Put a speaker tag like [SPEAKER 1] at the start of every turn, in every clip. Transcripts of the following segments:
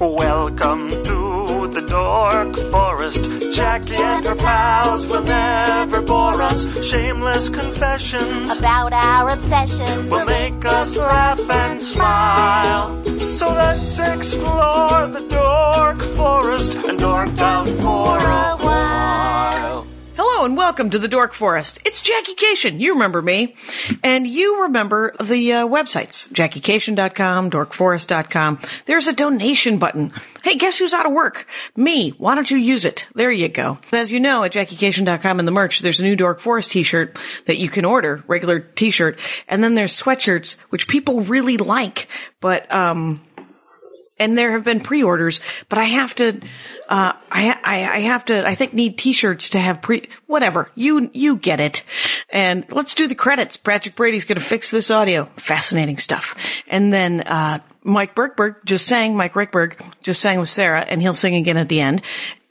[SPEAKER 1] Welcome to the Dork Forest. Jackie and her pals will never bore us. Shameless confessions
[SPEAKER 2] about our obsession.
[SPEAKER 1] will make us laugh and smile. So let's explore the Dork Forest and dork out for a while.
[SPEAKER 3] Hello and welcome to the Dork Forest. It's Jackie Cation. You remember me. And you remember the uh, websites, jackiecation.com, dorkforest.com. There's a donation button. Hey, guess who's out of work? Me. Why don't you use it? There you go. As you know, at jackiecation.com in the merch, there's a new Dork Forest t-shirt that you can order, regular t-shirt. And then there's sweatshirts, which people really like, but, um, and there have been pre-orders, but I have to, uh, I, I, I have to, I think need t-shirts to have pre, whatever. You, you get it. And let's do the credits. Patrick Brady's going to fix this audio. Fascinating stuff. And then, uh, Mike Berkberg just sang, Mike Rickberg just sang with Sarah and he'll sing again at the end.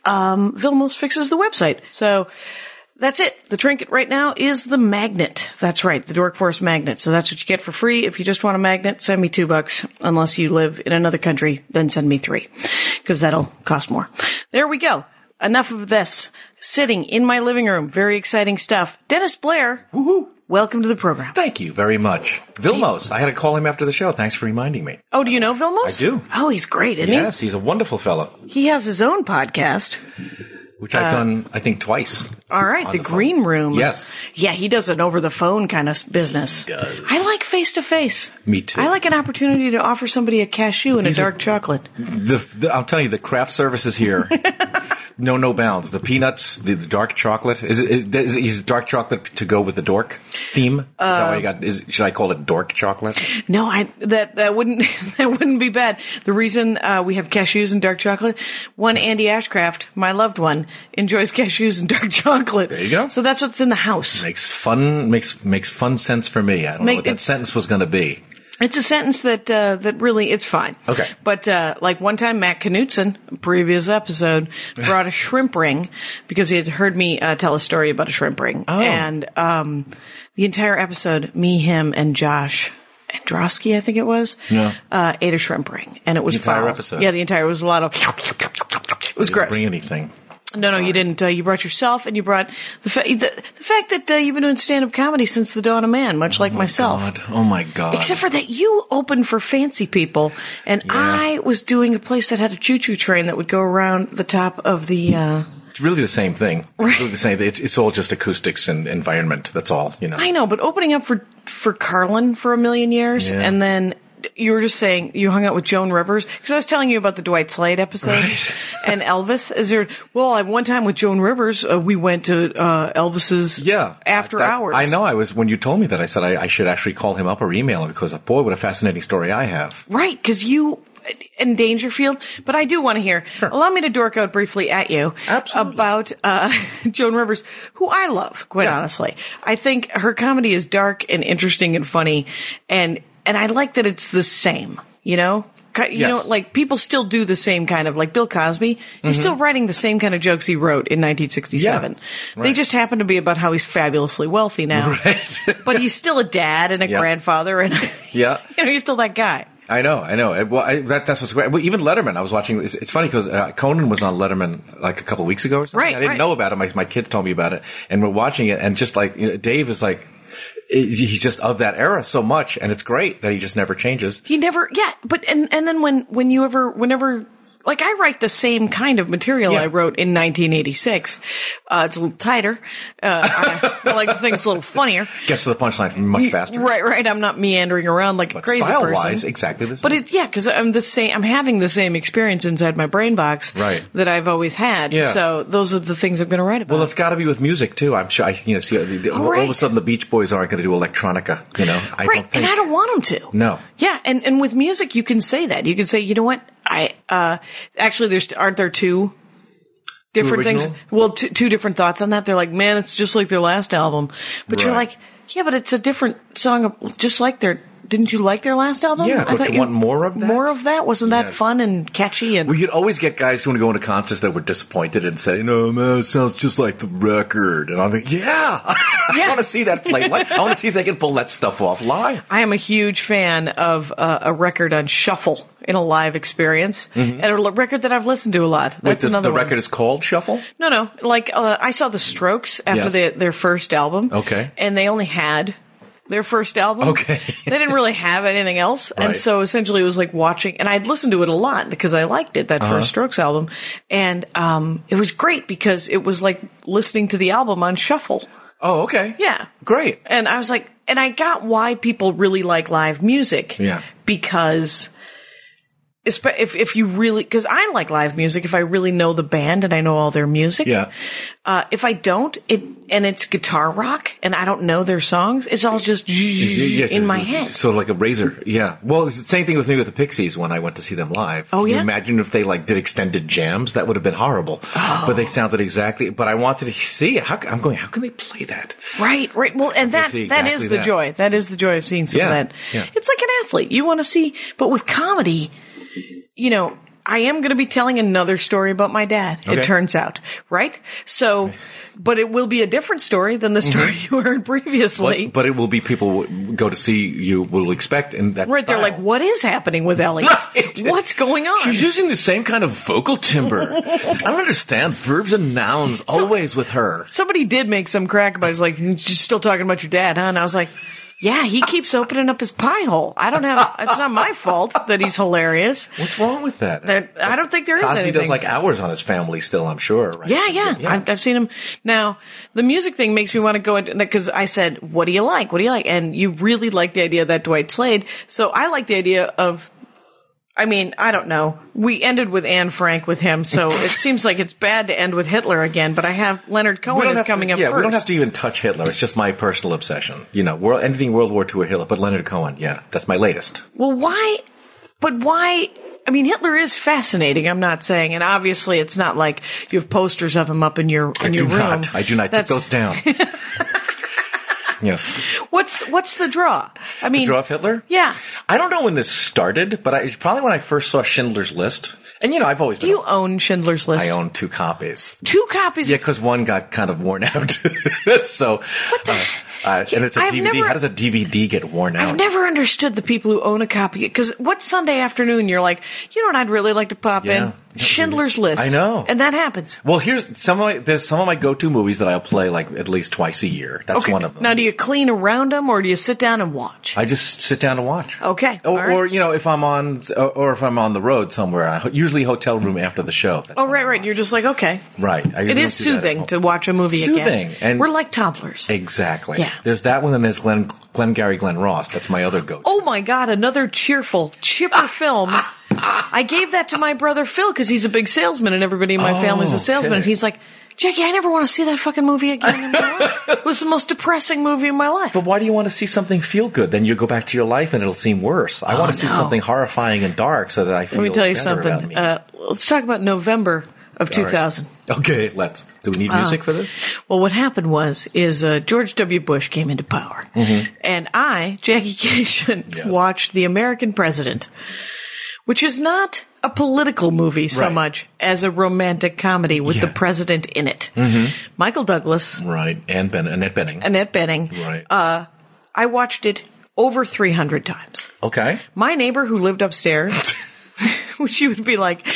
[SPEAKER 3] Um, Vilmos fixes the website. So, that's it. The trinket right now is the magnet. That's right, the Dork Forest magnet. So that's what you get for free. If you just want a magnet, send me two bucks. Unless you live in another country, then send me three. Cause that'll cost more. There we go. Enough of this. Sitting in my living room. Very exciting stuff. Dennis Blair. Woohoo. Welcome to the program.
[SPEAKER 4] Thank you very much. Vilmos, I had to call him after the show. Thanks for reminding me.
[SPEAKER 3] Oh, do you know Vilmos?
[SPEAKER 4] I do.
[SPEAKER 3] Oh, he's great, isn't
[SPEAKER 4] Yes, he's a wonderful fellow,
[SPEAKER 3] he? He has his own podcast.
[SPEAKER 4] which I've
[SPEAKER 3] Uh,
[SPEAKER 4] done, I think, twice.
[SPEAKER 3] All right,
[SPEAKER 4] on
[SPEAKER 3] the,
[SPEAKER 4] the phone.
[SPEAKER 3] green room.
[SPEAKER 4] Yes.
[SPEAKER 3] Yeah, he does an over the phone kind of business. He
[SPEAKER 4] does.
[SPEAKER 3] I like face to face.
[SPEAKER 4] Me too.
[SPEAKER 3] I like an opportunity to offer somebody a cashew and a
[SPEAKER 4] These are-
[SPEAKER 3] dark chocolate.
[SPEAKER 4] The, the, I'll tell you, the craft services here. No, no bounds. The peanuts, the, the dark chocolate. Is it, is, it- is dark chocolate to go with the dork theme? Is that why you
[SPEAKER 3] Um,
[SPEAKER 4] got? Is, should I call it dork chocolate?
[SPEAKER 3] No, I that that wouldn't that wouldn't be bad. The reason uh, we have cashews and dark chocolate, one Andy Ashcraft, my loved one, enjoys cashews and dark chocolate. There
[SPEAKER 4] you go.
[SPEAKER 3] So that's what's in the house.
[SPEAKER 4] Makes fun makes makes fun sense for me. I don't know
[SPEAKER 3] Make-
[SPEAKER 4] what that
[SPEAKER 3] it's-
[SPEAKER 4] sentence was going to be.
[SPEAKER 3] It's a sentence that uh, that really it's fine.
[SPEAKER 4] Okay.
[SPEAKER 3] But uh, like one time, Matt Knutson, previous episode, brought a shrimp ring because he had heard me uh, tell a story about a shrimp ring,
[SPEAKER 4] Oh.
[SPEAKER 3] and um, the entire episode, me, him, and Josh. Androsky, I think it was,
[SPEAKER 4] Yeah.
[SPEAKER 3] uh, ate a shrimp ring, and it was
[SPEAKER 4] The entire
[SPEAKER 3] foul.
[SPEAKER 4] episode.
[SPEAKER 3] Yeah, the entire it was a lot of. It was
[SPEAKER 4] Didn't
[SPEAKER 3] gross.
[SPEAKER 4] Bring anything.
[SPEAKER 3] No, no, you didn't. Uh, you brought yourself, and you brought the fa- the, the fact that uh, you've been doing stand up comedy since the dawn of man, much like myself.
[SPEAKER 4] God. Oh my God.
[SPEAKER 3] Except for that you opened for fancy people and I was doing a place that had a choo-choo train that would go around the top of the, uh,
[SPEAKER 4] It's really the same thing. It's really the same. It's, it's all just acoustics and environment. That's all, you know.
[SPEAKER 3] I know, but opening up for, for Carlin for a million years
[SPEAKER 4] Yeah.
[SPEAKER 3] and then you were just saying you hung out with Joan Rivers because I was telling you about the Dwight Slade episode and Elvis. Is there? Well, I one time with Joan Rivers, uh, we went to uh, Elvis's
[SPEAKER 4] Yeah.
[SPEAKER 3] after
[SPEAKER 4] That-
[SPEAKER 3] hours.
[SPEAKER 4] I know. I was, when you told me that, I said I, I should actually call him up or email him because, boy, what a fascinating story I have.
[SPEAKER 3] Right, because you uh, in Dangerfield, but I do want to hear. Allow me to dork out briefly at you
[SPEAKER 4] Absolutely.
[SPEAKER 3] about uh, Joan Rivers, who I love, quite
[SPEAKER 4] Yeah.
[SPEAKER 3] honestly. I think her comedy is dark and interesting and funny, and and I like that it's the same. You know. Ki- You
[SPEAKER 4] Yes.
[SPEAKER 3] know, like people still do the same kind of like Bill Cosby. He's
[SPEAKER 4] Mm-hmm.
[SPEAKER 3] still writing the same kind of jokes he wrote in 1967.
[SPEAKER 4] Yeah.
[SPEAKER 3] They
[SPEAKER 4] Right.
[SPEAKER 3] just happen to be about how he's fabulously wealthy now,
[SPEAKER 4] Right.
[SPEAKER 3] but he's still a dad and a
[SPEAKER 4] Yeah.
[SPEAKER 3] grandfather, and
[SPEAKER 4] Yeah.
[SPEAKER 3] you know, he's still that guy.
[SPEAKER 4] I know. I know. Well, I, that, that's what's great. Well, even Letterman, I was watching, it's, it's funny because uh, Conan was on Letterman like a couple weeks ago or something.
[SPEAKER 3] Right,
[SPEAKER 4] I didn't
[SPEAKER 3] right.
[SPEAKER 4] know about it. My, my kids told me about it and we're watching it and just like, you know, Dave is like, he's just of that era so much and it's great that he just never changes.
[SPEAKER 3] He never, yeah, but and and then when when you ever whenever like I write the same kind of material
[SPEAKER 4] Yeah.
[SPEAKER 3] I wrote in 1986. Uh, it's a little tighter. Uh, I, I like to think it's a little funnier.
[SPEAKER 4] Gets to the punchline much faster.
[SPEAKER 3] Right, right. I'm not meandering around like a
[SPEAKER 4] But
[SPEAKER 3] crazy
[SPEAKER 4] style wise,
[SPEAKER 3] person.
[SPEAKER 4] exactly the same.
[SPEAKER 3] But it, yeah, because I'm the same. I'm having the same experience inside my brain box
[SPEAKER 4] Right.
[SPEAKER 3] that I've always had.
[SPEAKER 4] Yeah.
[SPEAKER 3] So those are the things I'm going to write about.
[SPEAKER 4] Well, it's got to be with music too. I'm sure. I, you know, see, the, the- all,
[SPEAKER 3] right.
[SPEAKER 4] of a sudden the Beach Boys aren't going to do electronica. You know, I
[SPEAKER 3] right,
[SPEAKER 4] don't think.
[SPEAKER 3] and I don't want them to.
[SPEAKER 4] No.
[SPEAKER 3] Yeah, and and with music, you can say that. You can say, you know what? I uh actually, there's aren't there two different things?
[SPEAKER 4] original?
[SPEAKER 3] Well, two, two different thoughts on that. They're like, man, it's just like their last album, but you're
[SPEAKER 4] Right.
[SPEAKER 3] like, yeah, but it's a different song, of- just like their. Didn't you like their last album?
[SPEAKER 4] Yeah, don't you want more of that?
[SPEAKER 3] More of that? Wasn't that
[SPEAKER 4] Yes.
[SPEAKER 3] fun and catchy? And
[SPEAKER 4] we could always get guys who want to go into concerts that were disappointed and say, "No, man, it sounds just like the record." And I'm like, "Yeah, I
[SPEAKER 3] Yeah.
[SPEAKER 4] want to see that play. live. I want to see if they can pull that stuff off live."
[SPEAKER 3] I am a huge fan of uh, a record on shuffle in a live experience, and a l- record that I've listened to a lot. That's
[SPEAKER 4] Mm-hmm. Wait, the,
[SPEAKER 3] another
[SPEAKER 4] the
[SPEAKER 3] one.
[SPEAKER 4] record is called Shuffle.
[SPEAKER 3] No, no. Like uh, I saw the Strokes after
[SPEAKER 4] Yes.
[SPEAKER 3] the, their first album.
[SPEAKER 4] Okay.
[SPEAKER 3] and they only had their first album.
[SPEAKER 4] Okay.
[SPEAKER 3] they didn't really have anything else, and
[SPEAKER 4] Right.
[SPEAKER 3] so essentially it was like watching. And I'd listened to it a lot because I liked it that
[SPEAKER 4] Uh-huh.
[SPEAKER 3] first Strokes album, and um, it was great because it was like listening to the album on shuffle.
[SPEAKER 4] Oh, okay.
[SPEAKER 3] Yeah,
[SPEAKER 4] Great.
[SPEAKER 3] and I was like, and I got why people really like live music.
[SPEAKER 4] Yeah.
[SPEAKER 3] Because espe- if, if you really, because I like live music if I really know the band and I know all their music.
[SPEAKER 4] Yeah.
[SPEAKER 3] Uh, if I don't, it and it's guitar rock and I don't know their songs, it's all just
[SPEAKER 4] Yes,
[SPEAKER 3] in my
[SPEAKER 4] it's-
[SPEAKER 3] head.
[SPEAKER 4] it's Sort of like a razor. Yeah. Well, it's the same thing with me with the Pixies when I went to see them live.
[SPEAKER 3] Oh,
[SPEAKER 4] Can
[SPEAKER 3] yeah?
[SPEAKER 4] You imagine if they like did extended jams, that would have been horrible.
[SPEAKER 3] Oh.
[SPEAKER 4] But they sounded exactly. But I wanted to see. How, c- I'm going. How can they play that?
[SPEAKER 3] Right, right. Well, and that
[SPEAKER 4] see
[SPEAKER 3] that
[SPEAKER 4] exactly
[SPEAKER 3] is the
[SPEAKER 4] that.
[SPEAKER 3] joy. That is the joy of seeing some of
[SPEAKER 4] Yeah,
[SPEAKER 3] that.
[SPEAKER 4] yeah.
[SPEAKER 3] It's like an athlete. You want to see, but with comedy, you know, I am going to be telling another story about my dad. It
[SPEAKER 4] Okay.
[SPEAKER 3] turns out, right? So, but it will be a different story than the
[SPEAKER 4] Mm-hmm.
[SPEAKER 3] story you heard previously.
[SPEAKER 4] But, but it will be people who go to see you will expect, and that's
[SPEAKER 3] right? They're like, what is happening with Elliot?
[SPEAKER 4] Right.
[SPEAKER 3] What's going on?
[SPEAKER 4] She's using the same kind of vocal timbre. I don't understand verbs and nouns always with her.
[SPEAKER 3] Somebody did make some crack about. it. It's like you're still talking about your dad, huh? And I was like. Yeah, he keeps opening up his pie hole. I don't have. It's not my fault that he's hilarious.
[SPEAKER 4] What's wrong with that?
[SPEAKER 3] That- I don't think there is
[SPEAKER 4] Cosby
[SPEAKER 3] anything.
[SPEAKER 4] does like hours on his family still. I'm sure. Right?
[SPEAKER 3] Yeah, yeah. I've, I've seen him. Now, the music thing makes me want to go into because I said, "What do you like? What do you like?" And you really like the idea of that Dwight Slade. So I like the idea of. I mean, I don't know. We ended with Anne Frank with him, so it seems like it's bad to end with Hitler again. But I have Leonard
[SPEAKER 4] We
[SPEAKER 3] Cohen
[SPEAKER 4] don't
[SPEAKER 3] is
[SPEAKER 4] have to-
[SPEAKER 3] coming up
[SPEAKER 4] yeah,
[SPEAKER 3] first.
[SPEAKER 4] we don't have to even touch Hitler. It's just my personal obsession. You know, world, anything World War II or Hitler, but Leonard Cohen, yeah, that's my latest.
[SPEAKER 3] Well, why? But why? I mean, Hitler is fascinating. I'm not saying, and obviously, it's not like you have posters of him up in your in your
[SPEAKER 4] do
[SPEAKER 3] room.
[SPEAKER 4] not. I do not take
[SPEAKER 3] That's-
[SPEAKER 4] those down. yes.
[SPEAKER 3] What's what's the draw? I mean,
[SPEAKER 4] Draw of Hitler?
[SPEAKER 3] Yeah.
[SPEAKER 4] I don't know when this started, but I, probably when I first saw Schindler's List. And you know, I've always been.
[SPEAKER 3] You own Schindler's List.
[SPEAKER 4] I own two copies.
[SPEAKER 3] two copies.
[SPEAKER 4] Yeah, because one got kind of worn out. so, uh, uh, and it's a
[SPEAKER 3] I've
[SPEAKER 4] DVD.
[SPEAKER 3] never-
[SPEAKER 4] How does a DVD get worn out?
[SPEAKER 3] I've never understood the people who own a copy because what Sunday afternoon you're like, you know what? I'd really like to pop
[SPEAKER 4] Yeah,
[SPEAKER 3] in
[SPEAKER 4] not
[SPEAKER 3] Schindler's List.
[SPEAKER 4] I know.
[SPEAKER 3] and that happens.
[SPEAKER 4] well, here's some of my, there's some of my go-to movies that I'll play like at least twice a year. That's one of them.
[SPEAKER 3] Now, do you clean around them or do you sit down and watch?
[SPEAKER 4] I just sit down and watch.
[SPEAKER 3] Okay, all
[SPEAKER 4] Or,
[SPEAKER 3] right.
[SPEAKER 4] Oh, or you know, if I'm on, or, or if I'm on the road somewhere, I, usually hotel room after the show. That's
[SPEAKER 3] oh,
[SPEAKER 4] when
[SPEAKER 3] right,
[SPEAKER 4] I
[SPEAKER 3] right.
[SPEAKER 4] watch.
[SPEAKER 3] You're just like, okay,
[SPEAKER 4] Right. I
[SPEAKER 3] It
[SPEAKER 4] usually
[SPEAKER 3] is
[SPEAKER 4] don't do that at
[SPEAKER 3] soothing
[SPEAKER 4] home.
[SPEAKER 3] to watch a movie again.
[SPEAKER 4] Soothing, and-
[SPEAKER 3] we're like toddlers.
[SPEAKER 4] Exactly.
[SPEAKER 3] Yeah.
[SPEAKER 4] There's that one, and there's Glenn, Glenn Gary, Glenn Ross. That's my other go.
[SPEAKER 3] Oh my God, another cheerful, chipper film. I gave that to my brother Phil because he's a big salesman and everybody in my family's a salesman.
[SPEAKER 4] Oh, okay.
[SPEAKER 3] And he's like, Jackie, I never want to see that fucking movie again in my life. It was the most depressing movie in my life.
[SPEAKER 4] But why do you want to see something feel good? Then you go back to your life, and it'll seem worse. I want to see
[SPEAKER 3] Oh, no.
[SPEAKER 4] something horrifying and dark, so that I feel.
[SPEAKER 3] Let me tell you
[SPEAKER 4] better about
[SPEAKER 3] something.
[SPEAKER 4] me.
[SPEAKER 3] Uh, let's talk about November of
[SPEAKER 4] All right.
[SPEAKER 3] 2000.
[SPEAKER 4] Okay, let's. Do we need
[SPEAKER 3] uh,
[SPEAKER 4] music for this?
[SPEAKER 3] Well, what happened was is uh, George W. Bush came into power, and I, Jackie Cation,
[SPEAKER 4] Mm-hmm. Yes.
[SPEAKER 3] watched The American President, which is not a political movie so
[SPEAKER 4] Right.
[SPEAKER 3] much as a romantic comedy with the
[SPEAKER 4] Yeah. Mm-hmm.
[SPEAKER 3] president in it. Michael Douglas,
[SPEAKER 4] Right. And Ben, Annette Benning.
[SPEAKER 3] Annette Benning.
[SPEAKER 4] right.
[SPEAKER 3] I watched it over 300 times.
[SPEAKER 4] okay.
[SPEAKER 3] My neighbor who lived upstairs, she would be like,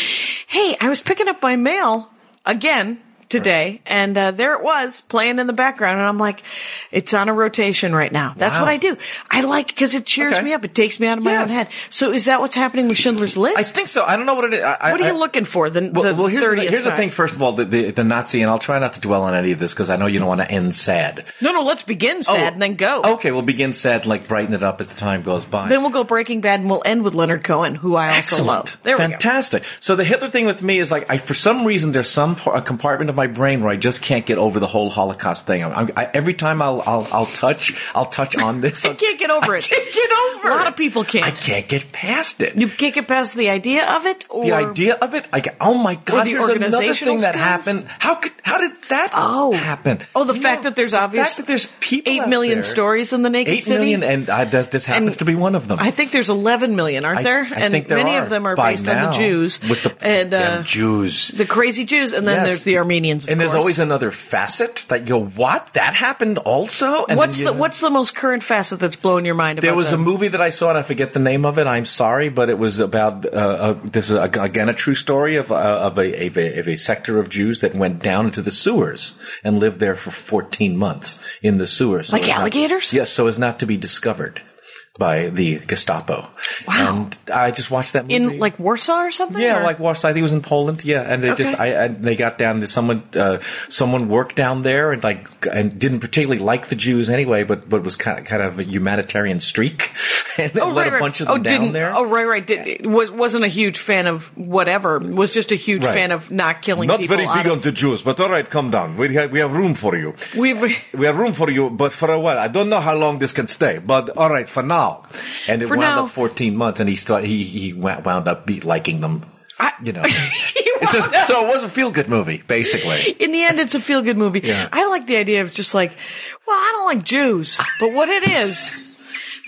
[SPEAKER 3] Hey, I was picking up my mail again today, and uh, there it was playing in the background. And I'm like, It's on a rotation right now. That's
[SPEAKER 4] Wow.
[SPEAKER 3] what I do. I like because it cheers
[SPEAKER 4] Okay.
[SPEAKER 3] me up, it takes me out of my
[SPEAKER 4] Yes.
[SPEAKER 3] own head. So, is that what's happening with Schindler's List?
[SPEAKER 4] I think so. I don't know what it is. I,
[SPEAKER 3] what are
[SPEAKER 4] I,
[SPEAKER 3] you looking for? The,
[SPEAKER 4] Well,
[SPEAKER 3] the
[SPEAKER 4] well, here's,
[SPEAKER 3] 30th
[SPEAKER 4] the, here's the
[SPEAKER 3] time?
[SPEAKER 4] thing. First of all, the, the the Nazi, and I'll try not to dwell on any of this because I know you don't want to end sad.
[SPEAKER 3] No, no, let's begin sad
[SPEAKER 4] Oh,
[SPEAKER 3] and then go.
[SPEAKER 4] Okay, we'll begin sad, like brighten it up as the time goes by.
[SPEAKER 3] Then we'll go Breaking Bad and we'll end with Leonard Cohen, who I also love. There we go.
[SPEAKER 4] Fantastic. So the Hitler thing with me is like, I, for some reason, there's some par- a compartment of my brain where I just can't get over the whole Holocaust thing. I'm, I'm, I, every time I'll, I'll, I'll touch, I'll touch on this.
[SPEAKER 3] I can't get over it.
[SPEAKER 4] can't get over
[SPEAKER 3] A lot
[SPEAKER 4] it.
[SPEAKER 3] of people can't.
[SPEAKER 4] I can't get past it.
[SPEAKER 3] You can't get past the idea of it, or
[SPEAKER 4] the idea of it, like, oh my god,
[SPEAKER 3] the
[SPEAKER 4] here's another
[SPEAKER 3] organizational
[SPEAKER 4] thing that
[SPEAKER 3] skills?
[SPEAKER 4] happened. How could, how did that
[SPEAKER 3] Oh.
[SPEAKER 4] happen?
[SPEAKER 3] Oh, the
[SPEAKER 4] You
[SPEAKER 3] fact that there's
[SPEAKER 4] the
[SPEAKER 3] obvious-
[SPEAKER 4] fact that there's people,
[SPEAKER 3] eight
[SPEAKER 4] out
[SPEAKER 3] million
[SPEAKER 4] there.
[SPEAKER 3] stories in the naked
[SPEAKER 4] Eight
[SPEAKER 3] city?
[SPEAKER 4] million, and I, this, this happens
[SPEAKER 3] And
[SPEAKER 4] to be one of them.
[SPEAKER 3] I think there's 11 million, aren't
[SPEAKER 4] I-
[SPEAKER 3] there?
[SPEAKER 4] I
[SPEAKER 3] and
[SPEAKER 4] think there
[SPEAKER 3] many
[SPEAKER 4] are
[SPEAKER 3] of them are
[SPEAKER 4] by
[SPEAKER 3] based on
[SPEAKER 4] now
[SPEAKER 3] the Jews
[SPEAKER 4] with the
[SPEAKER 3] and uh,
[SPEAKER 4] damn Jews.
[SPEAKER 3] the crazy Jews, and then
[SPEAKER 4] Yes.
[SPEAKER 3] there's the comedians. Of
[SPEAKER 4] And there's
[SPEAKER 3] course.
[SPEAKER 4] always another facet that you go, what? That happened also? And
[SPEAKER 3] what's
[SPEAKER 4] then
[SPEAKER 3] the
[SPEAKER 4] you-
[SPEAKER 3] what's the most current facet that's blowing your mind? About
[SPEAKER 4] There was
[SPEAKER 3] the-
[SPEAKER 4] a movie that I saw, and I forget the name of it. I'm sorry, but it was about uh, uh, this is ag- again a true story of uh, of, a, of a of a sector of Jews that went down into the sewers and lived there for 14 months in the sewers, So
[SPEAKER 3] Like
[SPEAKER 4] as not-
[SPEAKER 3] alligators?
[SPEAKER 4] yes, so as not to be discovered by the Gestapo.
[SPEAKER 3] Wow.
[SPEAKER 4] And I just watched that movie
[SPEAKER 3] in like Warsaw or something.
[SPEAKER 4] yeah,
[SPEAKER 3] or-
[SPEAKER 4] like Warsaw. I think it was in Poland. Yeah, and they just
[SPEAKER 3] Okay.
[SPEAKER 4] I, and they got down. Someone uh, someone worked down there and like and didn't particularly like the Jews anyway, but but was kind of kind of a humanitarian streak and
[SPEAKER 3] Oh,
[SPEAKER 4] let
[SPEAKER 3] right,
[SPEAKER 4] a
[SPEAKER 3] right.
[SPEAKER 4] bunch of
[SPEAKER 3] oh,
[SPEAKER 4] them down
[SPEAKER 3] didn't,
[SPEAKER 4] there.
[SPEAKER 3] Oh, right, right. Did, was wasn't a huge fan of whatever. Was just a huge
[SPEAKER 4] Right.
[SPEAKER 3] fan of not killing.
[SPEAKER 4] Not
[SPEAKER 3] people
[SPEAKER 4] very
[SPEAKER 3] out
[SPEAKER 4] big
[SPEAKER 3] of-
[SPEAKER 4] on the Jews, but all right, come down. We have, we have room for you.
[SPEAKER 3] We've
[SPEAKER 4] We have room for you, but for a while. I don't know how long this can stay, but all right, for now. And it
[SPEAKER 3] For
[SPEAKER 4] wound
[SPEAKER 3] now.
[SPEAKER 4] up 14 months, and he started, he, he wa- wound up be liking them.
[SPEAKER 3] I-
[SPEAKER 4] you know.
[SPEAKER 3] He
[SPEAKER 4] It's a- so it was a feel good movie, basically.
[SPEAKER 3] in the end, it's a feel good movie.
[SPEAKER 4] Yeah.
[SPEAKER 3] I like the idea of just like, well, I don't like Jews, but what it is,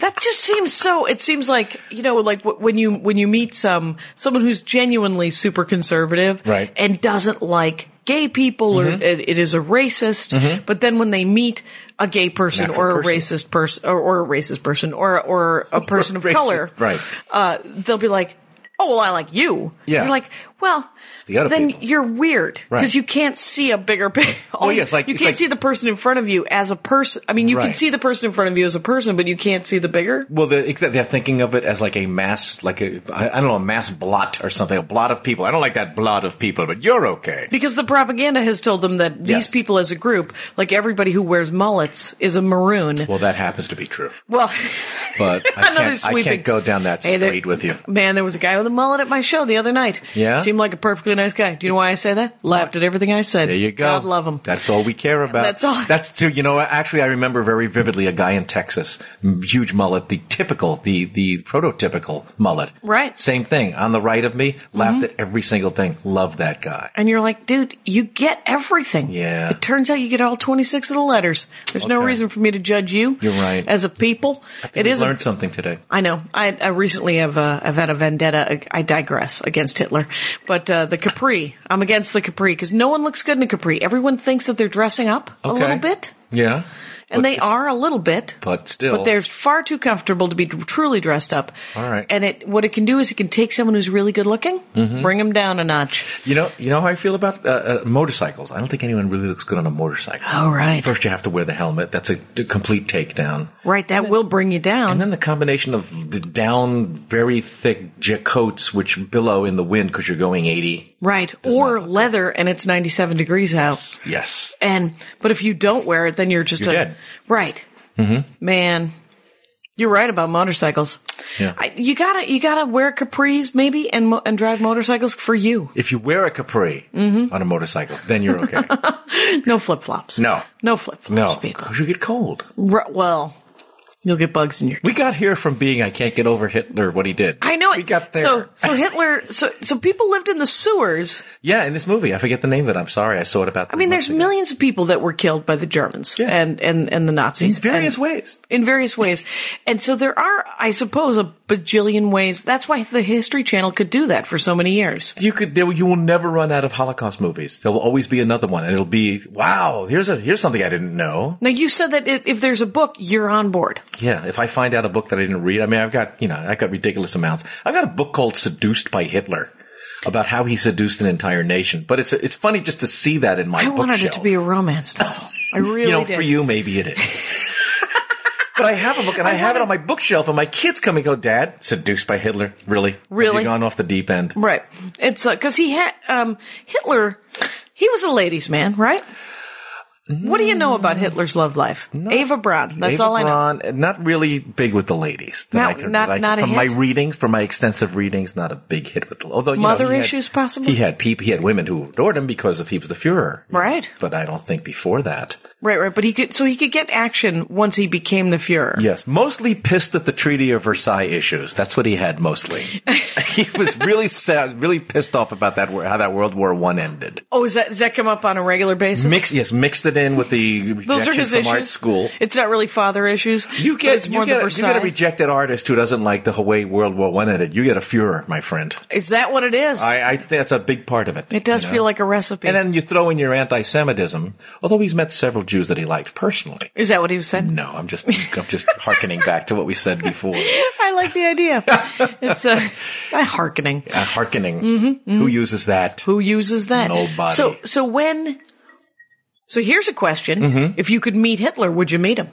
[SPEAKER 3] that just seems so. It seems like you know, like wh- when you when you meet some someone who's genuinely super conservative,
[SPEAKER 4] Right. Mm-hmm.
[SPEAKER 3] and doesn't like gay people or it, it is a racist. But then when they meet a gay person
[SPEAKER 4] Natural
[SPEAKER 3] or a
[SPEAKER 4] person.
[SPEAKER 3] racist person or, or a racist person or or a person of
[SPEAKER 4] Racist,
[SPEAKER 3] color,
[SPEAKER 4] right.
[SPEAKER 3] Uh, they'll be like. Oh well, I like you.
[SPEAKER 4] Yeah.
[SPEAKER 3] You're like, well,
[SPEAKER 4] the other
[SPEAKER 3] then
[SPEAKER 4] people.
[SPEAKER 3] you're weird because
[SPEAKER 4] Right.
[SPEAKER 3] you can't see a bigger picture.
[SPEAKER 4] Oh, yes, like-
[SPEAKER 3] you
[SPEAKER 4] it's
[SPEAKER 3] can't
[SPEAKER 4] like-
[SPEAKER 3] see the person in front of you as a person. I mean, you can
[SPEAKER 4] Right.
[SPEAKER 3] see the person in front of you as a person, but you can't see the bigger.
[SPEAKER 4] Well, the, except they're thinking of it as like a mass, like a, I I don't know, a mass blot or something, a blot of people. I don't like that blot of people, but you're okay.
[SPEAKER 3] Because the propaganda has told them that these
[SPEAKER 4] Yes.
[SPEAKER 3] people as a group, like everybody who wears mullets, is a maroon.
[SPEAKER 4] Well, that happens to be true.
[SPEAKER 3] Well,
[SPEAKER 4] But I
[SPEAKER 3] Another
[SPEAKER 4] can't, I
[SPEAKER 3] sweeping-
[SPEAKER 4] can't go down that
[SPEAKER 3] Hey, there-
[SPEAKER 4] street with you.
[SPEAKER 3] man, there was a guy with a mullet at my show the other night.
[SPEAKER 4] Yeah?
[SPEAKER 3] Seemed like a perfectly nice guy. Do you know why I say that? Laughed at everything I said.
[SPEAKER 4] There you go.
[SPEAKER 3] God love him.
[SPEAKER 4] That's all we care about.
[SPEAKER 3] That's all.
[SPEAKER 4] That's too. You know, actually, I remember very vividly a guy in Texas, m- huge mullet, the typical, the the prototypical mullet.
[SPEAKER 3] Right. Mm-hmm.
[SPEAKER 4] Same thing on the right of me. Laughed at every single thing. Love that guy.
[SPEAKER 3] And you're like, dude, you get everything.
[SPEAKER 4] Yeah.
[SPEAKER 3] It turns out you get all 26 of the letters. There's no
[SPEAKER 4] Okay.
[SPEAKER 3] reason for me to judge you.
[SPEAKER 4] You're right.
[SPEAKER 3] As a people, it
[SPEAKER 4] We
[SPEAKER 3] is.
[SPEAKER 4] learned
[SPEAKER 3] a,
[SPEAKER 4] something today.
[SPEAKER 3] I know. I, I recently have uh, I've had a vendetta. I digress against Hitler, but uh, the capri. I'm against the capri because no one looks good in a capri. Everyone thinks that they're dressing up a
[SPEAKER 4] Okay.
[SPEAKER 3] little bit,
[SPEAKER 4] Yeah.
[SPEAKER 3] and
[SPEAKER 4] But
[SPEAKER 3] they
[SPEAKER 4] it's-
[SPEAKER 3] are a little bit.
[SPEAKER 4] But still.
[SPEAKER 3] but they're far too comfortable to be truly dressed up.
[SPEAKER 4] All right. Mm-hmm.
[SPEAKER 3] And it what it can do is it can take someone who's really good looking, bring them down a notch.
[SPEAKER 4] You know, you know how I feel about uh, uh, motorcycles. I don't think anyone really looks good on a motorcycle.
[SPEAKER 3] All Oh, right.
[SPEAKER 4] First, you have to wear the helmet. That's a, a complete takedown.
[SPEAKER 3] Right, that will bring you down.
[SPEAKER 4] And then the combination of the down, very thick j- coats which billow in the wind because you're going 80.
[SPEAKER 3] Right. Or leather and it's 97 degrees out.
[SPEAKER 4] Yes.
[SPEAKER 3] And, but if you don't wear it, then you're just
[SPEAKER 4] You're
[SPEAKER 3] a,
[SPEAKER 4] dead.
[SPEAKER 3] right. Mm-hmm. Man, you're right about motorcycles.
[SPEAKER 4] Yeah.
[SPEAKER 3] I, you gotta, you gotta wear capris maybe and, mo- and drive motorcycles for you.
[SPEAKER 4] If you wear a capri
[SPEAKER 3] Mm-hmm.
[SPEAKER 4] on a motorcycle, then you're okay.
[SPEAKER 3] No flip flops.
[SPEAKER 4] No.
[SPEAKER 3] No flip flops.
[SPEAKER 4] no,
[SPEAKER 3] People.
[SPEAKER 4] because you get cold.
[SPEAKER 3] R- well, you'll get bugs in your
[SPEAKER 4] We got here from being I can't get over Hitler what he did.
[SPEAKER 3] I know it.
[SPEAKER 4] We got there.
[SPEAKER 3] So, so Hitler, so, so people lived in the sewers.
[SPEAKER 4] yeah, in this movie, I forget the name of it. I'm sorry, I saw it about.
[SPEAKER 3] I mean, there's millions of people that were killed by the Germans
[SPEAKER 4] Yeah.
[SPEAKER 3] and, and, and the Nazis.
[SPEAKER 4] in various
[SPEAKER 3] And-
[SPEAKER 4] ways.
[SPEAKER 3] in various ways. And so there are, I suppose, a bajillion ways. That's why the History Channel could do that for so many years.
[SPEAKER 4] you could there, you will never run out of Holocaust movies. There will always be another one, and it'll be wow. Here's a here's something I didn't know.
[SPEAKER 3] Now you said that if if there's a book, you're on board.
[SPEAKER 4] Yeah, if I find out a book that I didn't read, I mean, I've got you know I've got ridiculous amounts. I've got a book called "Seduced by Hitler." About how he seduced an entire nation, but it's it's funny just to see that in my
[SPEAKER 3] I wanted it to
[SPEAKER 4] bookshelf.
[SPEAKER 3] be a romance novel. I really
[SPEAKER 4] you know
[SPEAKER 3] did.
[SPEAKER 4] for you maybe it is. but I have a book and I, have it on my bookshelf, and my kids come and go, Dad, seduced by Hitler, really,
[SPEAKER 3] Really?
[SPEAKER 4] Have you gone off the deep end.
[SPEAKER 3] right? It's because he had um, Hitler. He was a ladies' man, right? What do you know about Hitler's love life? Ava Braun. That's
[SPEAKER 4] Ava
[SPEAKER 3] all I know.
[SPEAKER 4] Braun, not really big with the ladies. that
[SPEAKER 3] Not-
[SPEAKER 4] I can-
[SPEAKER 3] not-
[SPEAKER 4] that I can-
[SPEAKER 3] not a
[SPEAKER 4] from
[SPEAKER 3] hit?
[SPEAKER 4] my readings, from my extensive readings, not a big hit with the although you know,
[SPEAKER 3] Mother
[SPEAKER 4] he had-
[SPEAKER 3] issues, possibly?
[SPEAKER 4] He had people, he had women who adored him because of he was the Führer,
[SPEAKER 3] Right.
[SPEAKER 4] But I don't think before that.
[SPEAKER 3] Right, right. But he could, so he could get action once he became the Führer.
[SPEAKER 4] Yes, mostly pissed at the Treaty of Versailles issues. That's what he had mostly. he was really sad, really pissed off about that how that World War One ended.
[SPEAKER 3] Oh, is that does that come up on a regular basis?
[SPEAKER 4] Mixed, yes, mixed it fit in with the
[SPEAKER 3] Those are
[SPEAKER 4] rejection
[SPEAKER 3] his
[SPEAKER 4] from
[SPEAKER 3] issues.
[SPEAKER 4] art school.
[SPEAKER 3] It's not really father issues.
[SPEAKER 4] You
[SPEAKER 3] but
[SPEAKER 4] get
[SPEAKER 3] it's
[SPEAKER 4] you
[SPEAKER 3] more
[SPEAKER 4] get,
[SPEAKER 3] the
[SPEAKER 4] a- you get a
[SPEAKER 3] Versailles.
[SPEAKER 4] rejected artist who doesn't like the Hawaii World War One edit. You get a Führer, my friend.
[SPEAKER 3] Is that what it is?
[SPEAKER 4] I, I think that's a big part of it.
[SPEAKER 3] it does
[SPEAKER 4] you know?
[SPEAKER 3] feel like a recipe.
[SPEAKER 4] And then you throw in your anti-Semitism, although he's met several Jews that he liked personally.
[SPEAKER 3] is that what he said?
[SPEAKER 4] No, I'm just I'm just hearkening back to what we said before. Uh,
[SPEAKER 3] I like the idea. it's a, a hearkening.
[SPEAKER 4] Uh, hearkening. Who uses that?
[SPEAKER 3] Mm-hmm, Who uses that?
[SPEAKER 4] Nobody.
[SPEAKER 3] So so when so here's a question:
[SPEAKER 4] Mm-hmm.
[SPEAKER 3] If you could meet Hitler, would you meet him?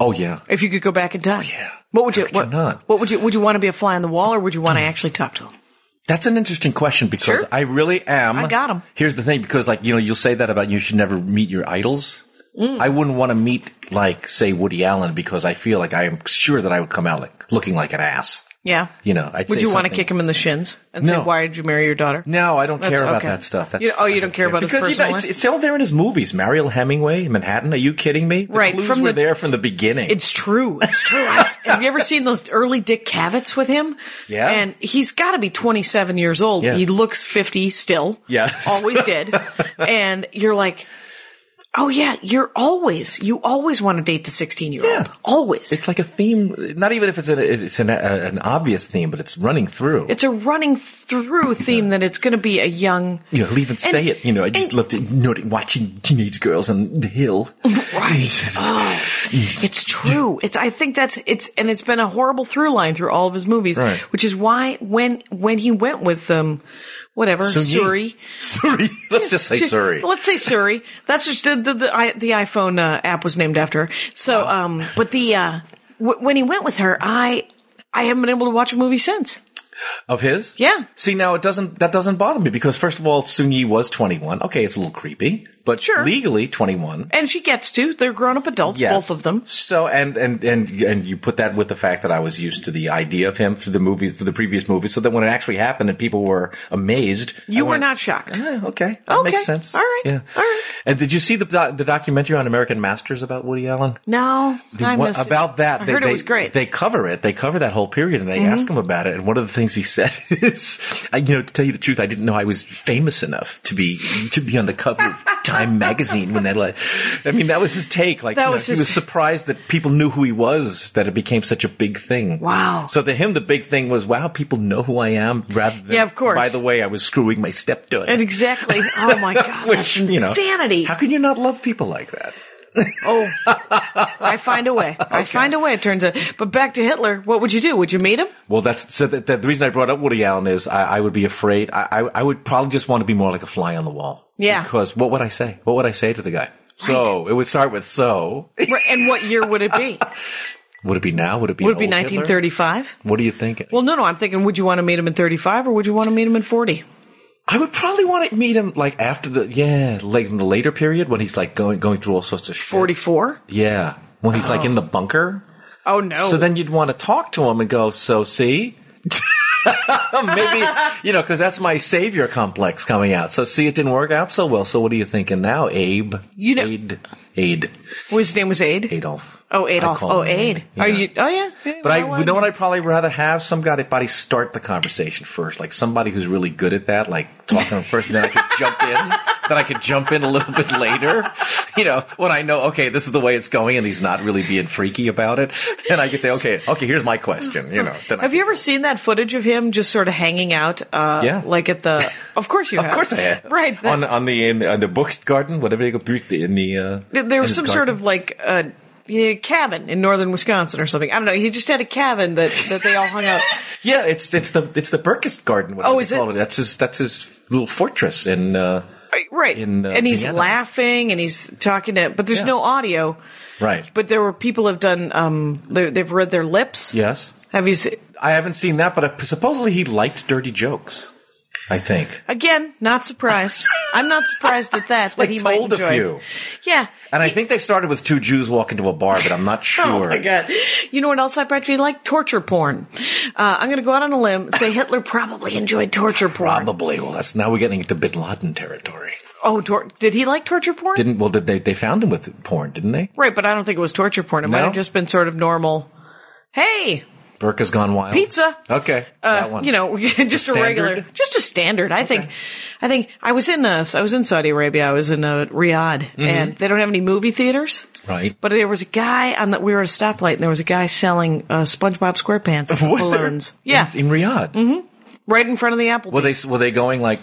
[SPEAKER 4] Oh yeah.
[SPEAKER 3] If you could go back in time,
[SPEAKER 4] Oh, yeah.
[SPEAKER 3] What would you?
[SPEAKER 4] could you
[SPEAKER 3] What,
[SPEAKER 4] not?
[SPEAKER 3] what would you? Would you want to be a fly on the wall, or would you want to actually talk to him?
[SPEAKER 4] That's an interesting question because
[SPEAKER 3] Sure.
[SPEAKER 4] I really am.
[SPEAKER 3] I got 'em.
[SPEAKER 4] Here's the thing because like, you know, you'll say that about you should never meet your idols.
[SPEAKER 3] Mm.
[SPEAKER 4] I wouldn't want to meet like, say, Woody Allen because I feel like I am sure that I would come out like looking like an ass.
[SPEAKER 3] Yeah.
[SPEAKER 4] You know, I'd
[SPEAKER 3] would
[SPEAKER 4] say
[SPEAKER 3] you want to
[SPEAKER 4] something-
[SPEAKER 3] kick him in the shins and say,
[SPEAKER 4] No.
[SPEAKER 3] "Why did you marry your daughter?"
[SPEAKER 4] No, I don't
[SPEAKER 3] That's-
[SPEAKER 4] care about
[SPEAKER 3] okay.
[SPEAKER 4] that stuff. That's,
[SPEAKER 3] You- oh, you
[SPEAKER 4] I
[SPEAKER 3] don't care about his
[SPEAKER 4] because
[SPEAKER 3] personal
[SPEAKER 4] you know, it's,
[SPEAKER 3] life?
[SPEAKER 4] it's all there in his movies. Mariel Hemingway, Manhattan. Are you kidding me? The
[SPEAKER 3] Right,
[SPEAKER 4] clues
[SPEAKER 3] from
[SPEAKER 4] were
[SPEAKER 3] the-
[SPEAKER 4] there from the beginning.
[SPEAKER 3] It's true. It's true. I, have you ever seen those early Dick Cavitts with him?
[SPEAKER 4] Yeah.
[SPEAKER 3] And he's got to be 27 years old.
[SPEAKER 4] Yes.
[SPEAKER 3] He looks 50 still.
[SPEAKER 4] Yes.
[SPEAKER 3] Always did. and you're like, oh yeah, you're always, you always want to date the 16 year old.
[SPEAKER 4] Yeah.
[SPEAKER 3] Always.
[SPEAKER 4] It's like a theme. Not even if it's an it's an, uh, an obvious theme, but it's running through.
[SPEAKER 3] It's a running through theme that it's going to be a young.
[SPEAKER 4] you know, he'll even say it. You know, I just
[SPEAKER 3] and-
[SPEAKER 4] loved it, not- watching teenage girls on the hill.
[SPEAKER 3] Right. Oh. It's true. It's I think that's it's and it's been a horrible through line through all of his movies,
[SPEAKER 4] Right.
[SPEAKER 3] which is why when when he went with um whatever
[SPEAKER 4] Sun Yi.
[SPEAKER 3] Suri,
[SPEAKER 4] Surrey. Let's just say
[SPEAKER 3] Just-
[SPEAKER 4] Surrey.
[SPEAKER 3] Let's say Surrey. That's just the the the, I, the iPhone uh, app was named after. her. So, um, but the uh, w- when he went with her, I I haven't been able to watch a movie since.
[SPEAKER 4] Of his?
[SPEAKER 3] Yeah.
[SPEAKER 4] See, now it doesn't, that doesn't bother me because first of all, Sun Yi was 21. Okay, it's a little creepy, but
[SPEAKER 3] Sure.
[SPEAKER 4] legally 21.
[SPEAKER 3] And she gets to. They're grown up adults,
[SPEAKER 4] Yes.
[SPEAKER 3] both of them.
[SPEAKER 4] So and and and and you put that with the fact that I was used to the idea of him for the movies for the previous movies. So that when it actually happened and people were amazed, I
[SPEAKER 3] You were
[SPEAKER 4] went,
[SPEAKER 3] not shocked.
[SPEAKER 4] "Eh, okay, that
[SPEAKER 3] Okay.
[SPEAKER 4] makes sense.
[SPEAKER 3] All right.
[SPEAKER 4] yeah,
[SPEAKER 3] All right.
[SPEAKER 4] And did you see the doc- the documentary on American Masters about Woody Allen?
[SPEAKER 3] No,
[SPEAKER 4] The
[SPEAKER 3] I
[SPEAKER 4] one-
[SPEAKER 3] missed it.
[SPEAKER 4] about that,
[SPEAKER 3] I
[SPEAKER 4] they,
[SPEAKER 3] heard
[SPEAKER 4] they-
[SPEAKER 3] it was great. Mm-hmm.
[SPEAKER 4] They cover it. They cover that whole period, and they ask him about it. And one of the things he said is, I, "You know, to tell you the truth, I didn't know I was famous enough to be to be on the cover of Time magazine when that. Like, I mean, that was his take. Like,
[SPEAKER 3] That
[SPEAKER 4] you know,
[SPEAKER 3] was his-
[SPEAKER 4] he was surprised that people knew who he was. That it became such a big thing.
[SPEAKER 3] Wow.
[SPEAKER 4] So to him, the big thing was, wow, people know who I am. Rather than,
[SPEAKER 3] Yeah, of course.
[SPEAKER 4] By the way, I was screwing my stepdaughter.
[SPEAKER 3] and exactly. Oh my god, that's
[SPEAKER 4] you know,
[SPEAKER 3] insanity.
[SPEAKER 4] how can you not love people like that?
[SPEAKER 3] oh, I find a way. I find a way. It turns out. But back to Hitler. What would you do? Would you meet him?
[SPEAKER 4] Well, that's so. That, that the reason I brought up Woody Allen is I, I would be afraid. I, I I would probably just want to be more like a fly on the wall.
[SPEAKER 3] Yeah.
[SPEAKER 4] Because what would I say? What would I say to the guy? So it would start with so.
[SPEAKER 3] Right, And what year would it be?
[SPEAKER 4] Would it be now? Would it be?
[SPEAKER 3] Would
[SPEAKER 4] an
[SPEAKER 3] it be
[SPEAKER 4] old Hitler?
[SPEAKER 3] 1935?
[SPEAKER 4] What do you think?
[SPEAKER 3] Well, no, no. I'm thinking, would you want to meet him in 35 or would you want to meet him in 40?
[SPEAKER 4] I would probably want to meet him like after the yeah, like in the later period when he's like going going through all sorts of shit.
[SPEAKER 3] 44?
[SPEAKER 4] Yeah, when he's like in the bunker.
[SPEAKER 3] Oh, no.
[SPEAKER 4] So then you'd want to talk to him and go, so see? Maybe, you know, because that's my savior complex coming out. So see, it didn't work out so well. So what are you thinking now, Abe?
[SPEAKER 3] You know-
[SPEAKER 4] Aid. Aid.
[SPEAKER 3] Well, his name was Aid?
[SPEAKER 4] Adolf.
[SPEAKER 3] Oh,
[SPEAKER 4] I
[SPEAKER 3] Adolf.
[SPEAKER 4] call
[SPEAKER 3] Oh,
[SPEAKER 4] him
[SPEAKER 3] Aid.
[SPEAKER 4] Yeah.
[SPEAKER 3] Are you? Oh, yeah. Yeah,
[SPEAKER 4] But I,
[SPEAKER 3] why
[SPEAKER 4] you know what?
[SPEAKER 3] wouldn't?
[SPEAKER 4] I'd probably rather have some guy body start the conversation first, like somebody who's really good at that, like talking to him first, and then I could jump in. Then I could jump in a little bit later, you know, when I know okay, this is the way it's going, and he's not really being freaky about it. Then I could say, okay, okay, here's my question, you know. Then I
[SPEAKER 3] Have you
[SPEAKER 4] could-
[SPEAKER 3] ever seen that footage of him just sort of hanging out? Uh,
[SPEAKER 4] Yeah.
[SPEAKER 3] Like at the. Of course you
[SPEAKER 4] Of
[SPEAKER 3] have.
[SPEAKER 4] course I have.
[SPEAKER 3] Right. that-
[SPEAKER 4] on on the in uh, the, on the book garden, whatever they go in the. Uh,
[SPEAKER 3] there
[SPEAKER 4] in
[SPEAKER 3] was
[SPEAKER 4] his
[SPEAKER 3] some sort
[SPEAKER 4] garden.
[SPEAKER 3] of like. Uh, he had a cabin in northern Wisconsin or something. I don't know. He just had a cabin that, that they all hung out.
[SPEAKER 4] Yeah, it's it's the it's the Burkist garden. whatever
[SPEAKER 3] Oh,
[SPEAKER 4] they
[SPEAKER 3] is it?
[SPEAKER 4] call That's his that's his little fortress in. Uh,
[SPEAKER 3] Right.
[SPEAKER 4] In, uh,
[SPEAKER 3] and he's
[SPEAKER 4] Vienna.
[SPEAKER 3] laughing and he's talking to, but there's
[SPEAKER 4] Yeah.
[SPEAKER 3] no audio.
[SPEAKER 4] right,
[SPEAKER 3] But there were people have done. Um, they- they've read their lips.
[SPEAKER 4] yes,
[SPEAKER 3] Have you seen?
[SPEAKER 4] I haven't seen that, but I, supposedly he liked dirty jokes. I think.
[SPEAKER 3] Again, not surprised. I'm not surprised at that. That
[SPEAKER 4] They
[SPEAKER 3] he might
[SPEAKER 4] told a
[SPEAKER 3] enjoy.
[SPEAKER 4] few.
[SPEAKER 3] Yeah.
[SPEAKER 4] And I think they started with two Jews walking to a bar, but I'm not sure.
[SPEAKER 3] Oh my god! You know what else I bet you like? Torture porn. Uh, I'm going to go out on a limb and say Hitler probably enjoyed torture porn.
[SPEAKER 4] Probably. Well, that's now we're getting into Bin Laden territory.
[SPEAKER 3] Oh, tor- did he like torture porn?
[SPEAKER 4] Didn't well? Did they? They found him with porn, didn't they?
[SPEAKER 3] right, but I don't think it was torture porn. It might
[SPEAKER 4] No?
[SPEAKER 3] have just been sort of normal. Hey,
[SPEAKER 4] Burka's Gone Wild.
[SPEAKER 3] Pizza.
[SPEAKER 4] Okay.
[SPEAKER 3] Uh, You know, just a
[SPEAKER 4] standard?
[SPEAKER 3] regular, just a standard. I think, I think I was in uh, I was in Saudi Arabia. I was in uh, Riyadh,
[SPEAKER 4] Mm-hmm.
[SPEAKER 3] and they don't have any movie theaters.
[SPEAKER 4] Right.
[SPEAKER 3] But there was a guy on the. We were at a stoplight, and there was a guy selling uh, SpongeBob SquarePants
[SPEAKER 4] Was there-
[SPEAKER 3] balloons. Yeah, Mm-hmm.
[SPEAKER 4] In, in Riyadh.
[SPEAKER 3] right in front of the Apple.
[SPEAKER 4] Were they were they going like?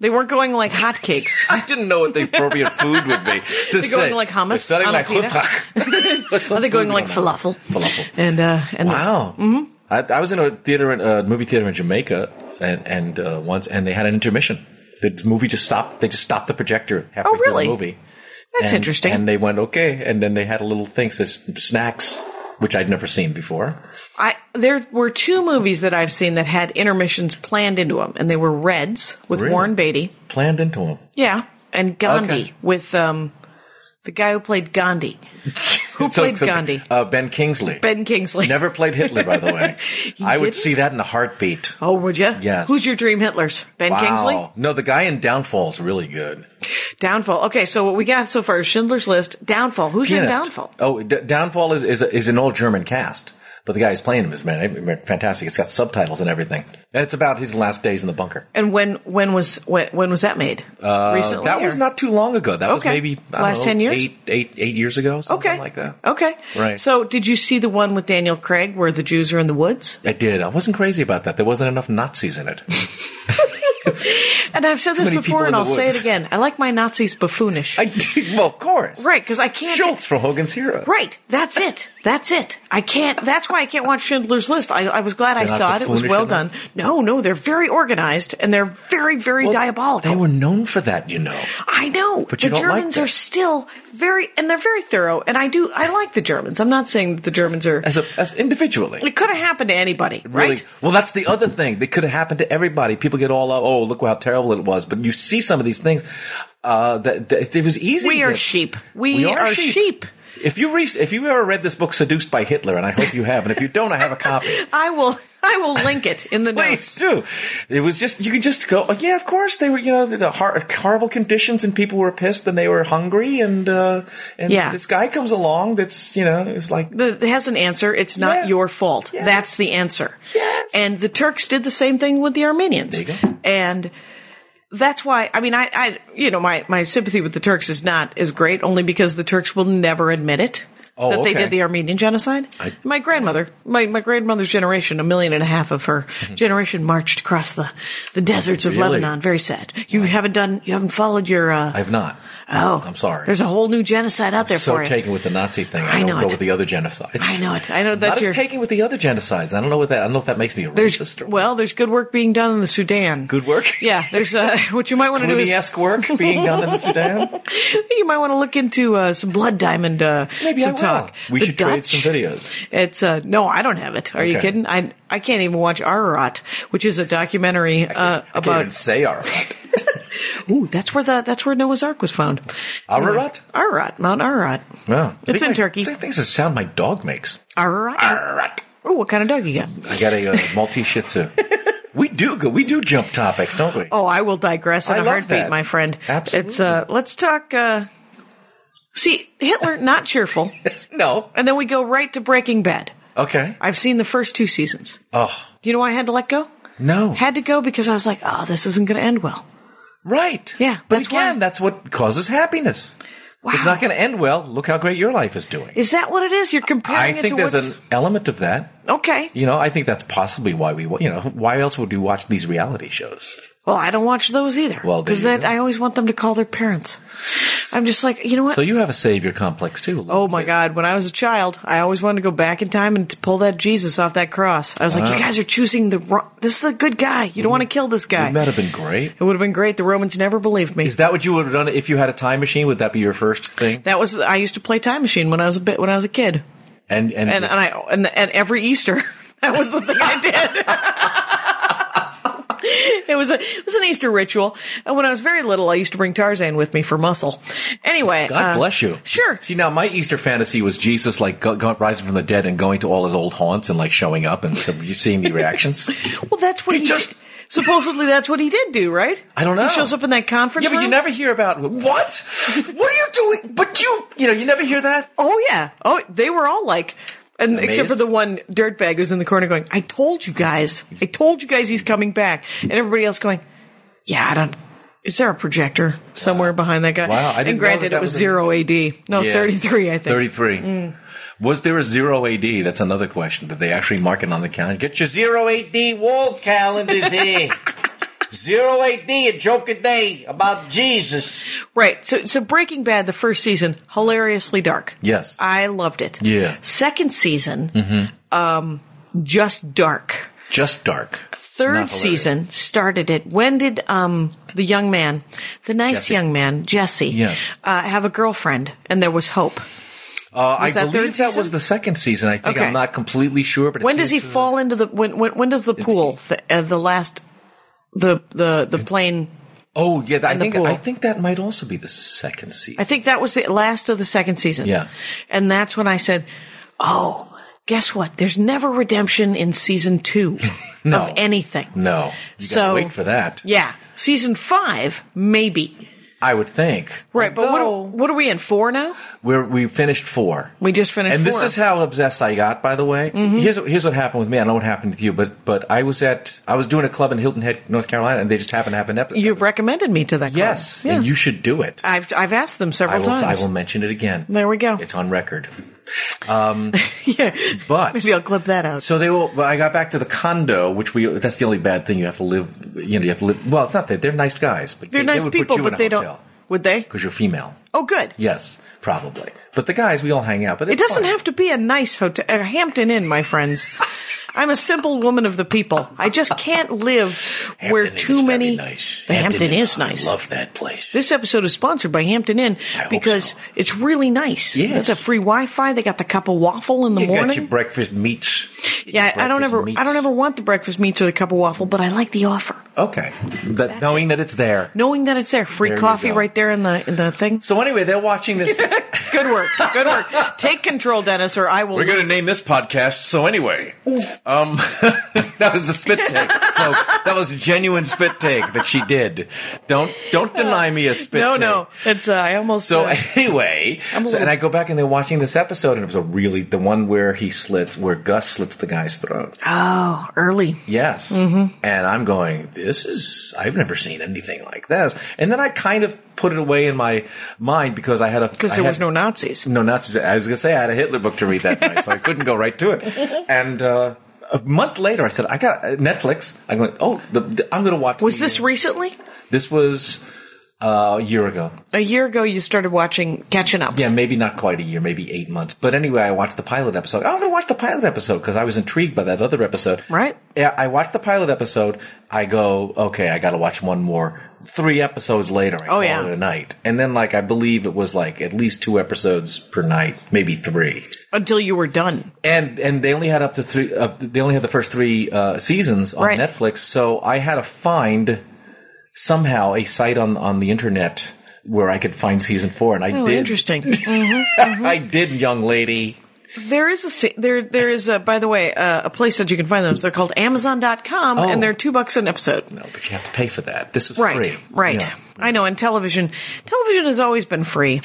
[SPEAKER 3] They weren't going like hotcakes.
[SPEAKER 4] I didn't know what the appropriate food would be. They're
[SPEAKER 3] going like hummus,
[SPEAKER 4] They're selling
[SPEAKER 3] on a
[SPEAKER 4] like
[SPEAKER 3] pita. Are they going like falafel?
[SPEAKER 4] Falafel.
[SPEAKER 3] And uh, and
[SPEAKER 4] Wow. Mm-hmm. I, I was in a theater, in, uh, movie theater in Jamaica, and and uh, once, and they had an intermission. The movie just stopped. They just stopped the projector halfway
[SPEAKER 3] Oh, really?
[SPEAKER 4] through the movie.
[SPEAKER 3] That's
[SPEAKER 4] And-
[SPEAKER 3] interesting.
[SPEAKER 4] And they went okay, and then they had a little thing says snacks, which I'd never seen before.
[SPEAKER 3] I there were two movies that I've seen that had intermissions planned into them, and they were Reds with
[SPEAKER 4] Really?
[SPEAKER 3] Warren Beatty.
[SPEAKER 4] Planned into them.
[SPEAKER 3] Yeah, and Gandhi
[SPEAKER 4] Okay.
[SPEAKER 3] with um the guy who played Gandhi, who
[SPEAKER 4] So-
[SPEAKER 3] played
[SPEAKER 4] so,
[SPEAKER 3] Gandhi,
[SPEAKER 4] Uh, ben Kingsley.
[SPEAKER 3] Ben Kingsley.
[SPEAKER 4] Never played Hitler, by the way. I would
[SPEAKER 3] didn't?
[SPEAKER 4] see that in a heartbeat.
[SPEAKER 3] Oh, would you?
[SPEAKER 4] Yes.
[SPEAKER 3] Who's your dream Hitler's? Ben Kingsley.
[SPEAKER 4] No, the guy in Downfall's really good.
[SPEAKER 3] Downfall. Okay, so what we got so far is Schindler's List, Downfall. Who's your
[SPEAKER 4] Pianist.
[SPEAKER 3] Downfall?
[SPEAKER 4] Oh, D- Downfall is, is is an old German cast, but the guy who's playing him is man, eh, fantastic. It's got subtitles and everything, and it's about his last days in the bunker.
[SPEAKER 3] And when when was when, when was that made? Uh, Recently,
[SPEAKER 4] that
[SPEAKER 3] or-
[SPEAKER 4] was not too long ago. That was
[SPEAKER 3] Okay.
[SPEAKER 4] maybe I don't
[SPEAKER 3] Last
[SPEAKER 4] know,
[SPEAKER 3] 10 years?
[SPEAKER 4] eight, eight, eight years ago, something
[SPEAKER 3] okay.
[SPEAKER 4] like that.
[SPEAKER 3] Okay,
[SPEAKER 4] Right.
[SPEAKER 3] So, did you see the one with Daniel Craig where the Jews are in the woods?
[SPEAKER 4] I did. I wasn't crazy about that. There wasn't enough Nazis in it.
[SPEAKER 3] And I've said this
[SPEAKER 4] many people
[SPEAKER 3] before, and
[SPEAKER 4] in
[SPEAKER 3] I'll
[SPEAKER 4] the
[SPEAKER 3] say it
[SPEAKER 4] woods.
[SPEAKER 3] again. I like my Nazis buffoonish.
[SPEAKER 4] I did. Well, of course.
[SPEAKER 3] right, because I can't.
[SPEAKER 4] Schultz from Hogan's Hero.
[SPEAKER 3] Right, that's it. That's it. I can't. That's why I can't watch Schindler's List. I, I was glad I
[SPEAKER 4] They're not
[SPEAKER 3] saw it. It was
[SPEAKER 4] buffoonish
[SPEAKER 3] well done.
[SPEAKER 4] enough?
[SPEAKER 3] No, no, they're very organized and they're very, very
[SPEAKER 4] Well,
[SPEAKER 3] diabolical.
[SPEAKER 4] They were known for that, you know.
[SPEAKER 3] I know,
[SPEAKER 4] But
[SPEAKER 3] the
[SPEAKER 4] you don't like
[SPEAKER 3] Germans
[SPEAKER 4] that.
[SPEAKER 3] are still very, and they're very thorough. And I do, I like the Germans. I'm not saying that the Germans are.
[SPEAKER 4] As a as individually.
[SPEAKER 3] It could have happened to anybody,
[SPEAKER 4] Really?
[SPEAKER 3] right?
[SPEAKER 4] Well, that's the other thing. They could have happened to everybody. People get all, uh, oh, look how terrible it was. But you see some of these things. Uh, that, that it was easy.
[SPEAKER 3] We
[SPEAKER 4] to-
[SPEAKER 3] are sheep. We, are, sheep.
[SPEAKER 4] If you re- if you ever read this book, Seduced by Hitler, and I hope you have, and if you don't, I have a copy.
[SPEAKER 3] I will, I will link it in the
[SPEAKER 4] Please
[SPEAKER 3] notes.
[SPEAKER 4] do. It was just you can just go. Oh, yeah, of course they were. You know, the, the hor- horrible conditions, and people were pissed, and they were hungry, and uh, and
[SPEAKER 3] Yeah.
[SPEAKER 4] this guy comes along. That's you know, it's like
[SPEAKER 3] The- It has an answer. It's not
[SPEAKER 4] Yeah.
[SPEAKER 3] your fault.
[SPEAKER 4] Yes.
[SPEAKER 3] That's the answer.
[SPEAKER 4] Yes.
[SPEAKER 3] And the Turks did the same thing with the Armenians.
[SPEAKER 4] There you go.
[SPEAKER 3] And that's why, I mean, I, I, you know, my, my sympathy with the Turks is not as great only because the Turks will never admit it.
[SPEAKER 4] Oh,
[SPEAKER 3] that they
[SPEAKER 4] okay.
[SPEAKER 3] did the Armenian genocide. my grandmother, my, my grandmother's generation, a million and a half of her generation marched across the, the deserts of
[SPEAKER 4] Mm-hmm. Really?
[SPEAKER 3] Lebanon. Very sad. You haven't done, you haven't followed your, uh,
[SPEAKER 4] I've not.
[SPEAKER 3] oh,
[SPEAKER 4] I'm sorry.
[SPEAKER 3] There's a whole new genocide out there for
[SPEAKER 4] so
[SPEAKER 3] you.
[SPEAKER 4] taken with the Nazi thing.
[SPEAKER 3] I
[SPEAKER 4] I, don't
[SPEAKER 3] know
[SPEAKER 4] go
[SPEAKER 3] it.
[SPEAKER 4] with the other genocides.
[SPEAKER 3] I know it. I know
[SPEAKER 4] Not
[SPEAKER 3] that's
[SPEAKER 4] as
[SPEAKER 3] your,
[SPEAKER 4] taken with the other genocides. I don't know what that. I don't know if that makes me a
[SPEAKER 3] There's
[SPEAKER 4] racist. Or
[SPEAKER 3] well, there's good work being done in the Sudan.
[SPEAKER 4] good work.
[SPEAKER 3] Yeah, there's uh, what you might want to do is
[SPEAKER 4] Rooney-esque work being done in the Sudan.
[SPEAKER 3] you might want to look into uh, some blood diamond uh,
[SPEAKER 4] Maybe
[SPEAKER 3] some
[SPEAKER 4] I will.
[SPEAKER 3] talk.
[SPEAKER 4] We
[SPEAKER 3] The
[SPEAKER 4] should
[SPEAKER 3] Dutch,
[SPEAKER 4] trade some videos.
[SPEAKER 3] It's uh, no, I don't have it. Are you
[SPEAKER 4] Okay.
[SPEAKER 3] kidding? I I can't even watch Ararat, which is a documentary uh,
[SPEAKER 4] I can't even
[SPEAKER 3] about.
[SPEAKER 4] say Ararat.
[SPEAKER 3] Ooh, that's where the that's where Noah's Ark was found. Anyway,
[SPEAKER 4] Ararat?
[SPEAKER 3] Ararat, Mount Ararat.
[SPEAKER 4] No,
[SPEAKER 3] It's in Turkey.
[SPEAKER 4] I think that's the sound my dog makes.
[SPEAKER 3] Ararat.
[SPEAKER 4] Ararat.
[SPEAKER 3] Ooh, what kind of dog you got?
[SPEAKER 4] I got a uh, Maltese Shih Tzu. we do go. We do jump topics, don't we?
[SPEAKER 3] Oh, I will digress in
[SPEAKER 4] I
[SPEAKER 3] a
[SPEAKER 4] love
[SPEAKER 3] heartbeat,
[SPEAKER 4] that.
[SPEAKER 3] my friend.
[SPEAKER 4] Absolutely.
[SPEAKER 3] It's uh, let's talk. Uh, see, Hitler not cheerful.
[SPEAKER 4] no.
[SPEAKER 3] And then we go right to Breaking Bad.
[SPEAKER 4] Okay.
[SPEAKER 3] I've seen the first two seasons.
[SPEAKER 4] Oh
[SPEAKER 3] You know why I had to let go?
[SPEAKER 4] no.
[SPEAKER 3] Had to go because I was like, oh, this isn't going to end well.
[SPEAKER 4] right.
[SPEAKER 3] Yeah,
[SPEAKER 4] But
[SPEAKER 3] that's
[SPEAKER 4] again,
[SPEAKER 3] why-
[SPEAKER 4] that's what causes happiness.
[SPEAKER 3] Wow.
[SPEAKER 4] It's not going to end well. Look how great your life is doing.
[SPEAKER 3] is that what it is? You're
[SPEAKER 4] I
[SPEAKER 3] comparing it
[SPEAKER 4] think
[SPEAKER 3] to
[SPEAKER 4] there's
[SPEAKER 3] what's
[SPEAKER 4] an element of that.
[SPEAKER 3] okay.
[SPEAKER 4] You know, I think that's possibly why we, wa- you know, why else would we watch these reality shows?
[SPEAKER 3] Well, I don't watch those either.
[SPEAKER 4] Well, there
[SPEAKER 3] because
[SPEAKER 4] you
[SPEAKER 3] that
[SPEAKER 4] go.
[SPEAKER 3] I always want them to call their parents. I'm just like, you know what?
[SPEAKER 4] So you have a savior complex too. a little
[SPEAKER 3] Oh my
[SPEAKER 4] bit.
[SPEAKER 3] God! When I was a child, I always wanted to go back in time and to pull that Jesus off that cross. I was like, "You guys are choosing the wrong. This is a good guy. You don't want to
[SPEAKER 4] Mm-hmm.
[SPEAKER 3] kill this guy."
[SPEAKER 4] Wouldn't that have been great?
[SPEAKER 3] it would have been great. The Romans never believed me.
[SPEAKER 4] Is that what you would have done if you had a time machine? Would that be your first thing?
[SPEAKER 3] That was I used to play Time Machine when I was a bit when I was a kid,
[SPEAKER 4] And and,
[SPEAKER 3] and and I and, and every Easter that was the thing I did. It was a it was an Easter ritual, and when I was very little, I used to bring Tarzan with me for muscle. Anyway,
[SPEAKER 4] God
[SPEAKER 3] uh,
[SPEAKER 4] bless you.
[SPEAKER 3] Sure,
[SPEAKER 4] See, now my Easter fantasy was Jesus like go, go, rising from the dead and going to all his old haunts and like showing up and so you seeing the reactions.
[SPEAKER 3] well that's what
[SPEAKER 4] He
[SPEAKER 3] he,
[SPEAKER 4] just-
[SPEAKER 3] supposedly that's what he did do, right?
[SPEAKER 4] I don't know.
[SPEAKER 3] He shows up in that conference.
[SPEAKER 4] yeah, but you
[SPEAKER 3] room?
[SPEAKER 4] never hear about what? what are you doing? But you, you know, you never hear that.
[SPEAKER 3] Oh yeah. Oh, they were all like, And except
[SPEAKER 4] Amazed?
[SPEAKER 3] for the one dirtbag who's in the corner going, I told you guys, I told you guys he's coming back. And everybody else going, yeah, I don't, is there a projector somewhere behind that guy?
[SPEAKER 4] Wow, I didn't
[SPEAKER 3] and
[SPEAKER 4] know
[SPEAKER 3] granted,
[SPEAKER 4] that that
[SPEAKER 3] it was,
[SPEAKER 4] was a-
[SPEAKER 3] zero AD. No,
[SPEAKER 4] Yeah.
[SPEAKER 3] 33, I think. Mm.
[SPEAKER 4] 33. Was there a zero AD? That's another question. Did they actually mark it on the calendar? Get your zero AD wall calendars here. zero AD, a joke a day about Jesus.
[SPEAKER 3] Right. So, so Breaking Bad, the first season, hilariously dark.
[SPEAKER 4] Yes.
[SPEAKER 3] I loved it.
[SPEAKER 4] Yeah. Mm-hmm.
[SPEAKER 3] Second season, um, just dark.
[SPEAKER 4] Just dark.
[SPEAKER 3] Third
[SPEAKER 4] Not hilarious.
[SPEAKER 3] season started it. When did um the young man, the nice
[SPEAKER 4] Jesse.
[SPEAKER 3] young man Jesse,
[SPEAKER 4] Yes.
[SPEAKER 3] uh, have a girlfriend? And there was hope.
[SPEAKER 4] Uh, I
[SPEAKER 3] Was that
[SPEAKER 4] believe
[SPEAKER 3] third
[SPEAKER 4] that
[SPEAKER 3] season?
[SPEAKER 4] was the second season. I think
[SPEAKER 3] Okay.
[SPEAKER 4] I'm not completely sure, but it
[SPEAKER 3] When does he
[SPEAKER 4] seems to-
[SPEAKER 3] fall into the when? When, when does the pool, the, uh, the last, the the the plane?
[SPEAKER 4] Oh yeah, I
[SPEAKER 3] the
[SPEAKER 4] think
[SPEAKER 3] pool?
[SPEAKER 4] I think that might also be the second season.
[SPEAKER 3] I think that was the last of the second season.
[SPEAKER 4] Yeah.
[SPEAKER 3] And that's when I said, Oh, guess what? There's never redemption in season two
[SPEAKER 4] No.
[SPEAKER 3] of anything.
[SPEAKER 4] no, you
[SPEAKER 3] So-
[SPEAKER 4] gotta wait for that.
[SPEAKER 3] Yeah. Season five, maybe.
[SPEAKER 4] I would think.
[SPEAKER 3] Right. But what are,
[SPEAKER 4] Although-
[SPEAKER 3] what are we in? Four now?
[SPEAKER 4] We're, we finished four.
[SPEAKER 3] We just finished
[SPEAKER 4] And this
[SPEAKER 3] four. Mm-hmm.
[SPEAKER 4] is how obsessed I got, by the way. Here's, here's what happened with me. I don't know what happened with you, but, but I was at, I was doing a club in Hilton Head, North Carolina, and they just happened to have an episode.
[SPEAKER 3] You've recommended me to that club.
[SPEAKER 4] yes, And you should do it.
[SPEAKER 3] I've, I've asked them
[SPEAKER 4] I
[SPEAKER 3] several
[SPEAKER 4] will, I
[SPEAKER 3] times.
[SPEAKER 4] will mention it again.
[SPEAKER 3] There we go.
[SPEAKER 4] It's on record. Um,
[SPEAKER 3] yeah.
[SPEAKER 4] But.
[SPEAKER 3] Maybe I'll clip that out.
[SPEAKER 4] So they will. Well, I got back to the condo, which we. That's the only bad thing you have to live. You know, you have to live. Well, it's not that they're nice guys, but
[SPEAKER 3] They're
[SPEAKER 4] they,
[SPEAKER 3] nice people, but they don't. Would they?
[SPEAKER 4] Because you're female.
[SPEAKER 3] Oh, good.
[SPEAKER 4] Yes, probably. But the guys, we all hang out. But
[SPEAKER 3] It doesn't have to be a nice hotel, a Hampton Inn, my friends. I'm a simple woman of the people. I just can't live where too many. The Hampton, is nice.
[SPEAKER 4] that place.
[SPEAKER 3] This episode is sponsored by Hampton Inn
[SPEAKER 4] hope
[SPEAKER 3] because
[SPEAKER 4] so.
[SPEAKER 3] it's really nice.
[SPEAKER 4] Yes.
[SPEAKER 3] They got the free Wi-Fi. They got the cup of waffle in the
[SPEAKER 4] You
[SPEAKER 3] morning.
[SPEAKER 4] got your breakfast meats.
[SPEAKER 3] yeah, I don't
[SPEAKER 4] breakfast
[SPEAKER 3] ever,
[SPEAKER 4] meats.
[SPEAKER 3] I don't ever want the breakfast meats or the cup of waffle, but I like the offer,
[SPEAKER 4] Okay, that, knowing that it's there.
[SPEAKER 3] knowing that it's there, free
[SPEAKER 4] There you
[SPEAKER 3] coffee
[SPEAKER 4] go.
[SPEAKER 3] right there in the in the thing.
[SPEAKER 4] So anyway, they're watching this.
[SPEAKER 3] Good work, good work. Take control, Dennis, or I will.
[SPEAKER 4] We're going to
[SPEAKER 3] lose.
[SPEAKER 4] name this podcast. So anyway, um, that was a spit take, folks. That was a genuine spit take that she did. Don't don't deny me a spit.
[SPEAKER 3] No,
[SPEAKER 4] take.
[SPEAKER 3] no, it's uh, I almost.
[SPEAKER 4] So
[SPEAKER 3] uh,
[SPEAKER 4] anyway,
[SPEAKER 3] I'm a
[SPEAKER 4] so, and
[SPEAKER 3] little-
[SPEAKER 4] I go back and they're watching this episode, and it was a really the one where he slits, where Gus slits the guy's throat.
[SPEAKER 3] oh, early.
[SPEAKER 4] Yes. Mm-hmm. And I'm going, this is, I've never seen anything like this. And then I kind of put it away in my mind because I had a.
[SPEAKER 3] Because
[SPEAKER 4] I
[SPEAKER 3] there
[SPEAKER 4] had-
[SPEAKER 3] was no Nazis.
[SPEAKER 4] No Nazis. I was going to say I had a Hitler book to read that night, so I couldn't go right to it. And, uh, a month later, I said, I got uh, Netflix. I went, oh, the, the- I'm going to watch.
[SPEAKER 3] Was
[SPEAKER 4] the-
[SPEAKER 3] this recently?
[SPEAKER 4] This was uh, a year ago.
[SPEAKER 3] A year ago, you started watching Catching Up.
[SPEAKER 4] Yeah, maybe not quite a year, maybe eight months. But anyway, I watched the pilot episode. I'm going to watch the pilot episode because I was intrigued by that other episode.
[SPEAKER 3] Right.
[SPEAKER 4] Yeah, I watched the pilot episode. I go, okay, I got to watch one more. Three episodes later, I call
[SPEAKER 3] Oh, yeah.
[SPEAKER 4] it a night. And then, like, I believe it was like at least two episodes per night, maybe three.
[SPEAKER 3] Until you were done.
[SPEAKER 4] And and they only had up to three. Uh, they only had the first three uh, seasons on
[SPEAKER 3] Right.
[SPEAKER 4] Netflix. So I had to find somehow a site on on the internet where I could find season four, and I
[SPEAKER 3] Oh,
[SPEAKER 4] did.
[SPEAKER 3] interesting. Mm-hmm.
[SPEAKER 4] I did, young lady.
[SPEAKER 3] there is a si- there there is a by the way uh, a place that you can find those. They're called Amazon.com,
[SPEAKER 4] Oh.
[SPEAKER 3] and they're two bucks an episode.
[SPEAKER 4] No, but you have to pay for that. This was
[SPEAKER 3] Right,
[SPEAKER 4] free.
[SPEAKER 3] right.
[SPEAKER 4] Yeah.
[SPEAKER 3] I know. And television, television has always been free,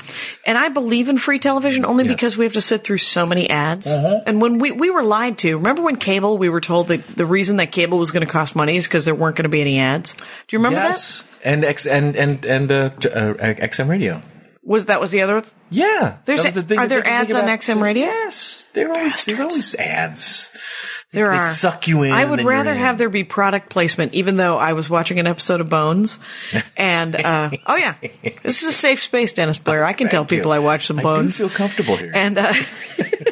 [SPEAKER 3] and I believe in free television only because we have to sit through so many ads.
[SPEAKER 4] Uh-huh.
[SPEAKER 3] And when we we were lied to, remember when cable? We were told that the reason that cable was going to cost money is because there weren't going to be any ads. Do you remember that?
[SPEAKER 4] yes. And X and and and uh, j- uh, XM radio.
[SPEAKER 3] Was that was the other?
[SPEAKER 4] Yeah.
[SPEAKER 3] There's
[SPEAKER 4] That was
[SPEAKER 3] a-
[SPEAKER 4] the thing
[SPEAKER 3] are
[SPEAKER 4] that
[SPEAKER 3] there
[SPEAKER 4] they think
[SPEAKER 3] ads on
[SPEAKER 4] about.
[SPEAKER 3] XM radio?
[SPEAKER 4] Yes. There always, there's
[SPEAKER 3] Bastards.
[SPEAKER 4] always ads.
[SPEAKER 3] There
[SPEAKER 4] They
[SPEAKER 3] are.
[SPEAKER 4] suck you in
[SPEAKER 3] I would
[SPEAKER 4] and you're
[SPEAKER 3] rather
[SPEAKER 4] in.
[SPEAKER 3] have there be product placement, even though I was watching an episode of Bones. And uh, oh yeah, this is a safe space, Dennis Blair. I can tell
[SPEAKER 4] Thank you.
[SPEAKER 3] people I watch some
[SPEAKER 4] I do
[SPEAKER 3] Bones.
[SPEAKER 4] feel comfortable here.
[SPEAKER 3] And uh,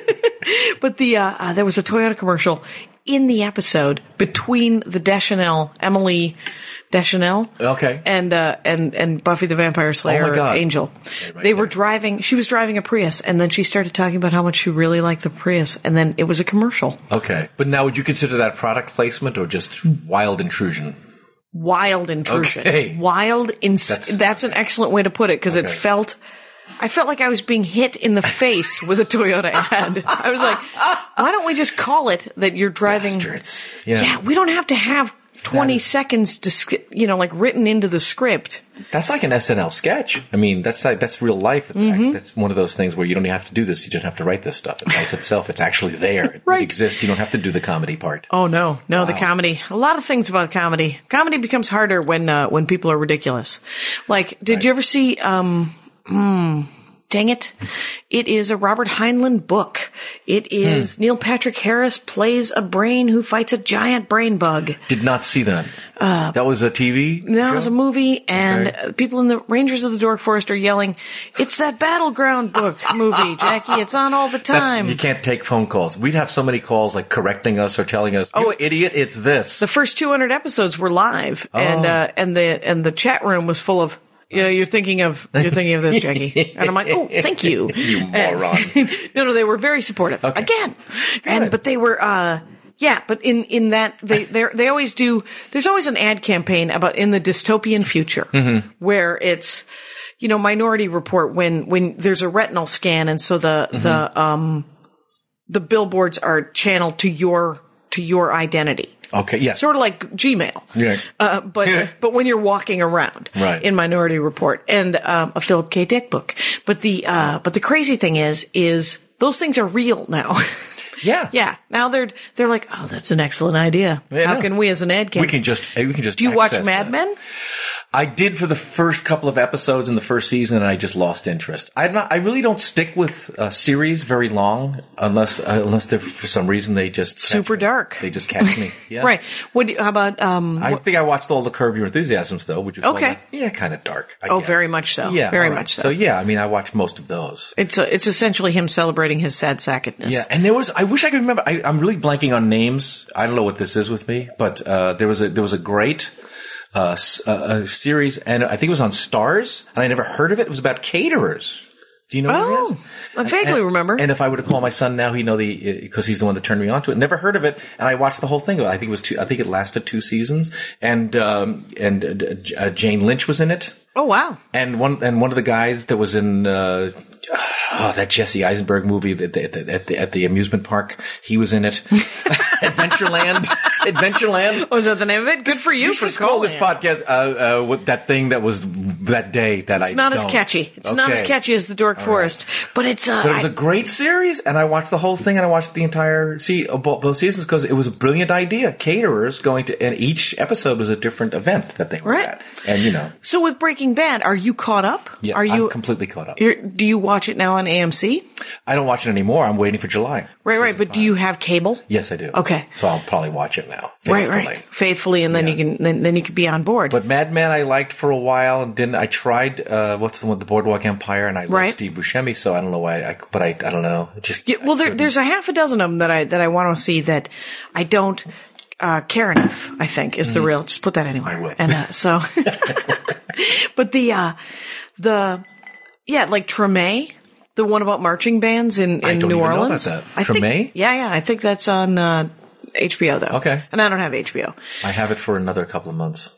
[SPEAKER 3] but the uh, uh, there was a Toyota commercial in the episode between the Deschanel Emily Deschanel.
[SPEAKER 4] Okay. Oh
[SPEAKER 3] And uh, and and Buffy the Vampire Slayer
[SPEAKER 4] God.
[SPEAKER 3] Angel.
[SPEAKER 4] Right, right
[SPEAKER 3] they were
[SPEAKER 4] there.
[SPEAKER 3] driving. She was driving a Prius, and then she started talking about how much she really liked the Prius, and then it was a commercial.
[SPEAKER 4] okay. But now, would you consider that product placement or just wild intrusion?
[SPEAKER 3] wild intrusion.
[SPEAKER 4] Okay.
[SPEAKER 3] Wild ins- that's,
[SPEAKER 4] That's-
[SPEAKER 3] an excellent way to put it because it
[SPEAKER 4] Okay.
[SPEAKER 3] felt I felt like I was being hit in the face with a Toyota ad. I was like, why don't we just call it that you're driving
[SPEAKER 4] Bastards. Yeah.
[SPEAKER 3] we don't have to have twenty
[SPEAKER 4] That is-
[SPEAKER 3] seconds, dis- you know, like written into the script.
[SPEAKER 4] That's like an SNL sketch. I mean, that's like, that's real life. That's, act-
[SPEAKER 3] Mm-hmm.
[SPEAKER 4] that's one of those things where you don't have to do this. You just have to write this stuff. It writes itself. It's actually there. It
[SPEAKER 3] Right.
[SPEAKER 4] exists. You don't have to do the comedy part.
[SPEAKER 3] Oh no, no, the comedy. A lot of things about comedy. Comedy becomes harder when uh, when people are ridiculous. Like, did you
[SPEAKER 4] Right.
[SPEAKER 3] ever see? um mm, Dang it. It is a Robert Heinlein book. It is
[SPEAKER 4] Hmm.
[SPEAKER 3] Neil Patrick Harris plays a brain who fights a giant brain bug.
[SPEAKER 4] Did not see that. that was a TV.
[SPEAKER 3] Now it's Uh, a movie, and
[SPEAKER 4] Okay.
[SPEAKER 3] uh, people in the Rangers of the Dork Forest are yelling, "It's that battleground book movie, Jackie! It's on all the
[SPEAKER 4] That's,
[SPEAKER 3] time."
[SPEAKER 4] you can't take phone calls. We'd have so many calls like correcting us or telling us, "Oh,
[SPEAKER 3] it-
[SPEAKER 4] idiot, it's this."
[SPEAKER 3] the first 200 episodes were live,
[SPEAKER 4] Oh.
[SPEAKER 3] and uh, and the and the chat room was full of. Yeah, you're thinking of you're thinking of this, Jackie, and I'm like, oh, thank you,
[SPEAKER 4] You moron.
[SPEAKER 3] no, no, they were very supportive
[SPEAKER 4] Okay.
[SPEAKER 3] again, and
[SPEAKER 4] Good.
[SPEAKER 3] but they were, uh, yeah, but in in that they they they always do. There's always an ad campaign about in the dystopian future
[SPEAKER 4] Mm-hmm.
[SPEAKER 3] where it's, you know, Minority Report when when there's a retinal scan, and so the
[SPEAKER 4] Mm-hmm.
[SPEAKER 3] the um the billboards are channeled to your to your identity
[SPEAKER 4] okay, yes.
[SPEAKER 3] sort of like Gmail.
[SPEAKER 4] Yeah.
[SPEAKER 3] Uh, but but when you're walking around,
[SPEAKER 4] Right.
[SPEAKER 3] in Minority Report and um, a Philip K. Dick book. But the uh, but the crazy thing is is those things are real now.
[SPEAKER 4] Yeah.
[SPEAKER 3] yeah. Now they're they're like, oh, that's an excellent idea.
[SPEAKER 4] Yeah,
[SPEAKER 3] How
[SPEAKER 4] no.
[SPEAKER 3] can we as an ad
[SPEAKER 4] We can just we can just.
[SPEAKER 3] do you watch
[SPEAKER 4] access
[SPEAKER 3] Mad
[SPEAKER 4] that.
[SPEAKER 3] Men?
[SPEAKER 4] I did for the first couple of episodes in the first season, and I just lost interest. I not I really don't stick with uh, series very long unless uh, unless they're, for some reason they just catch
[SPEAKER 3] Super
[SPEAKER 4] me.
[SPEAKER 3] dark.
[SPEAKER 4] They just catch me. Yeah.
[SPEAKER 3] Right. What? Do you, how about um?
[SPEAKER 4] I think I watched all the Curb Your Enthusiasms though, which is
[SPEAKER 3] Okay.
[SPEAKER 4] yeah, kind of dark. I
[SPEAKER 3] oh,
[SPEAKER 4] guess.
[SPEAKER 3] very much so.
[SPEAKER 4] Yeah,
[SPEAKER 3] very
[SPEAKER 4] all right.
[SPEAKER 3] much so.
[SPEAKER 4] So yeah, I mean, I watched most of those.
[SPEAKER 3] It's a, it's essentially him celebrating his sad sackedness.
[SPEAKER 4] Yeah, and there was. I wish I could remember. I, I'm really blanking on names. I don't know what this is with me, but uh, there was a there was a great uh, s- uh, uh series, and I think it was on Stars, and I never heard of it. It was about caterers. Do you know
[SPEAKER 3] Oh,
[SPEAKER 4] what it is?
[SPEAKER 3] I vaguely
[SPEAKER 4] And-
[SPEAKER 3] remember.
[SPEAKER 4] And if I were to call my son now, he'd know the because he's the one that turned me onto it. Never heard of it, and I watched the whole thing. I think it was two. I think it lasted two seasons, and um, and uh, J- uh, Jane Lynch was in it.
[SPEAKER 3] Oh wow.
[SPEAKER 4] And one and one of the guys that was in uh, oh, that Jesse Eisenberg movie that that- that- at the, at the amusement park, he was in it. Adventureland, Adventureland.
[SPEAKER 3] Was Oh, that the name of it? Good for you,
[SPEAKER 4] You
[SPEAKER 3] for
[SPEAKER 4] should call this
[SPEAKER 3] calling it.
[SPEAKER 4] podcast uh, uh, what, that thing that was that day that I.
[SPEAKER 3] It's not as
[SPEAKER 4] don't.
[SPEAKER 3] catchy. It's not as
[SPEAKER 4] Okay.
[SPEAKER 3] catchy as the Dork Forest, but it's uh,
[SPEAKER 4] But it was
[SPEAKER 3] I-
[SPEAKER 4] a great series, and I watched the whole thing, and I watched the entire see uh, bo- both seasons because it was a brilliant idea. Caterers going to, and each episode was a different event that they were
[SPEAKER 3] Right.
[SPEAKER 4] at, and you know,
[SPEAKER 3] so with Breaking Bad. Are you caught up?
[SPEAKER 4] yeah,
[SPEAKER 3] are you
[SPEAKER 4] I'm completely caught up.
[SPEAKER 3] you're, do you watch it now on AMC?
[SPEAKER 4] I don't watch it anymore. I'm waiting for July.
[SPEAKER 3] Right, right. But do you have cable?
[SPEAKER 4] Yes, I do.
[SPEAKER 3] Okay.
[SPEAKER 4] So I'll probably watch it now.
[SPEAKER 3] right,
[SPEAKER 4] faithfully.
[SPEAKER 3] right. Faithfully, and then you can then, then you could be on board.
[SPEAKER 4] But Mad Men, I liked for a while and didn't. I tried uh, what's the one, The Boardwalk Empire, and I love
[SPEAKER 3] Right.
[SPEAKER 4] Steve Buscemi, so I don't know why. I, but I, I don't know. It just
[SPEAKER 3] Yeah, well, there, there's a half a dozen of them that I that I want to see that I don't uh, care enough. I think is the real. Just put that anywhere.
[SPEAKER 4] Mm-hmm. I will.
[SPEAKER 3] And uh, so, but the uh, the yeah, like Treme, the one about marching bands in in
[SPEAKER 4] I don't
[SPEAKER 3] New
[SPEAKER 4] even know about
[SPEAKER 3] Orleans.
[SPEAKER 4] that.
[SPEAKER 3] I think-
[SPEAKER 4] Treme?
[SPEAKER 3] yeah, yeah. I think that's on uh, HBO though.
[SPEAKER 4] Okay.
[SPEAKER 3] And I don't have HBO.
[SPEAKER 4] I have it for another couple of months.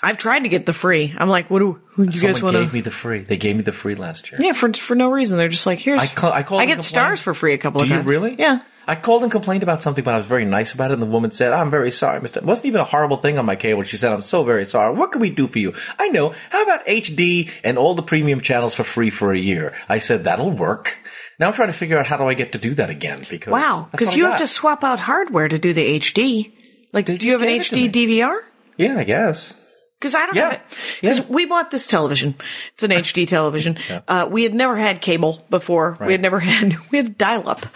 [SPEAKER 3] I've tried to get the free. I'm like, what do, who do you guys
[SPEAKER 4] Someone
[SPEAKER 3] want
[SPEAKER 4] gave
[SPEAKER 3] to?
[SPEAKER 4] me the free. They gave me the free last year.
[SPEAKER 3] yeah, for for no reason. They're just like, here's.
[SPEAKER 4] I call- I called and
[SPEAKER 3] get stars
[SPEAKER 4] complained.
[SPEAKER 3] for free a couple
[SPEAKER 4] Do
[SPEAKER 3] of
[SPEAKER 4] you
[SPEAKER 3] times.
[SPEAKER 4] really?
[SPEAKER 3] Yeah.
[SPEAKER 4] I called and complained about something, but I was very nice about it. And the woman said, "I'm very sorry, Mister." It wasn't even a horrible thing on my cable. She said, "I'm so very sorry. What can we do for you?" I know. How about HD and all the premium channels for free for a year? I said that'll work. Now I'm trying to figure out how do I get to do that again because
[SPEAKER 3] Wow,
[SPEAKER 4] that's
[SPEAKER 3] because
[SPEAKER 4] what I
[SPEAKER 3] you have
[SPEAKER 4] got.
[SPEAKER 3] to swap out hardware to do the HD. Like, do you
[SPEAKER 4] just
[SPEAKER 3] have an
[SPEAKER 4] gave it to me.
[SPEAKER 3] HD DVR?
[SPEAKER 4] yeah, I guess.
[SPEAKER 3] Because I don't
[SPEAKER 4] Yeah.
[SPEAKER 3] have it. Because
[SPEAKER 4] Yeah.
[SPEAKER 3] we bought this television. It's an HD television. Uh, we had never had cable before. We had never had we had dial up.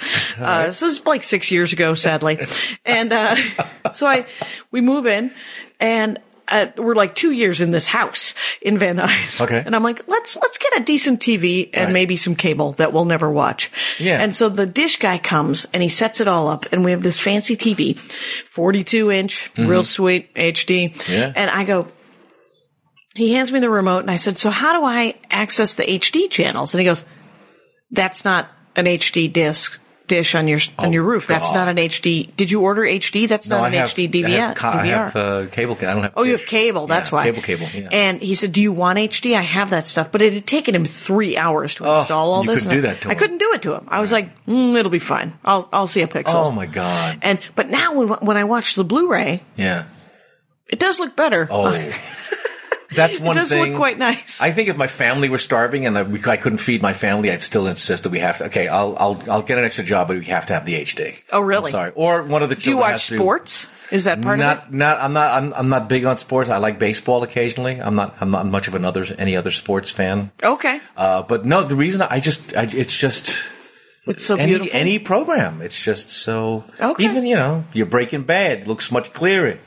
[SPEAKER 3] Uh, So this is like six years ago, sadly. and uh, so I we move in, and uh, we're like two years in this house in Van Nuys.
[SPEAKER 4] Okay.
[SPEAKER 3] And I'm like, let's let's get a decent TV and
[SPEAKER 4] Right.
[SPEAKER 3] maybe some cable that we'll never watch.
[SPEAKER 4] Yeah.
[SPEAKER 3] And so the dish guy comes and he sets it all up, and we have this fancy TV, 42 inch, real sweet HD.
[SPEAKER 4] Mm-hmm. Yeah.
[SPEAKER 3] And I go, he hands me the remote and I said, So how do I access the HD channels? And he goes, That's not an HD disc dish on your on your roof. That's
[SPEAKER 4] Oh, God.
[SPEAKER 3] not an HD. Did you order HD? That's
[SPEAKER 4] No,
[SPEAKER 3] not
[SPEAKER 4] I
[SPEAKER 3] an
[SPEAKER 4] have,
[SPEAKER 3] HD
[SPEAKER 4] I
[SPEAKER 3] DVR.
[SPEAKER 4] have, ca- I
[SPEAKER 3] DVR.
[SPEAKER 4] have uh, cable. I don't have.
[SPEAKER 3] Oh, you
[SPEAKER 4] dish.
[SPEAKER 3] have cable. That's
[SPEAKER 4] Yeah,
[SPEAKER 3] why
[SPEAKER 4] Cable, cable. Yeah.
[SPEAKER 3] And he said, "Do you want HD? I have that stuff." But it had taken him three hours to install all
[SPEAKER 4] Oh, you
[SPEAKER 3] this.
[SPEAKER 4] couldn't
[SPEAKER 3] And
[SPEAKER 4] do
[SPEAKER 3] I-
[SPEAKER 4] that to
[SPEAKER 3] I
[SPEAKER 4] him.
[SPEAKER 3] couldn't do it to him. I was like, mm, "It'll be fine. I'll I'll see a pixel."
[SPEAKER 4] oh my god.
[SPEAKER 3] And but now when when I watch the Blu-ray,
[SPEAKER 4] yeah.
[SPEAKER 3] It does look better.
[SPEAKER 4] Oh. That's one
[SPEAKER 3] it does
[SPEAKER 4] thing.
[SPEAKER 3] look quite nice.
[SPEAKER 4] I think if my family were starving and I, we, I couldn't feed my family, I'd still insist that we have to. Okay, I'll I'll I'll get an extra job, but we have to have the H day.
[SPEAKER 3] Oh, really?
[SPEAKER 4] I'm sorry. Or one of the
[SPEAKER 3] Do you
[SPEAKER 4] children
[SPEAKER 3] watch
[SPEAKER 4] has to-
[SPEAKER 3] sports? Is that part of it?
[SPEAKER 4] not not I'm not I'm, I'm not big on sports. I like baseball occasionally. I'm not I'm not much of another any other sports fan.
[SPEAKER 3] Okay.
[SPEAKER 4] Uh, but no, the reason I just I, it's just
[SPEAKER 3] It's so
[SPEAKER 4] any
[SPEAKER 3] beautiful.
[SPEAKER 4] any program. It's just so
[SPEAKER 3] Okay.
[SPEAKER 4] even you know you're Breaking Bad looks much clearer.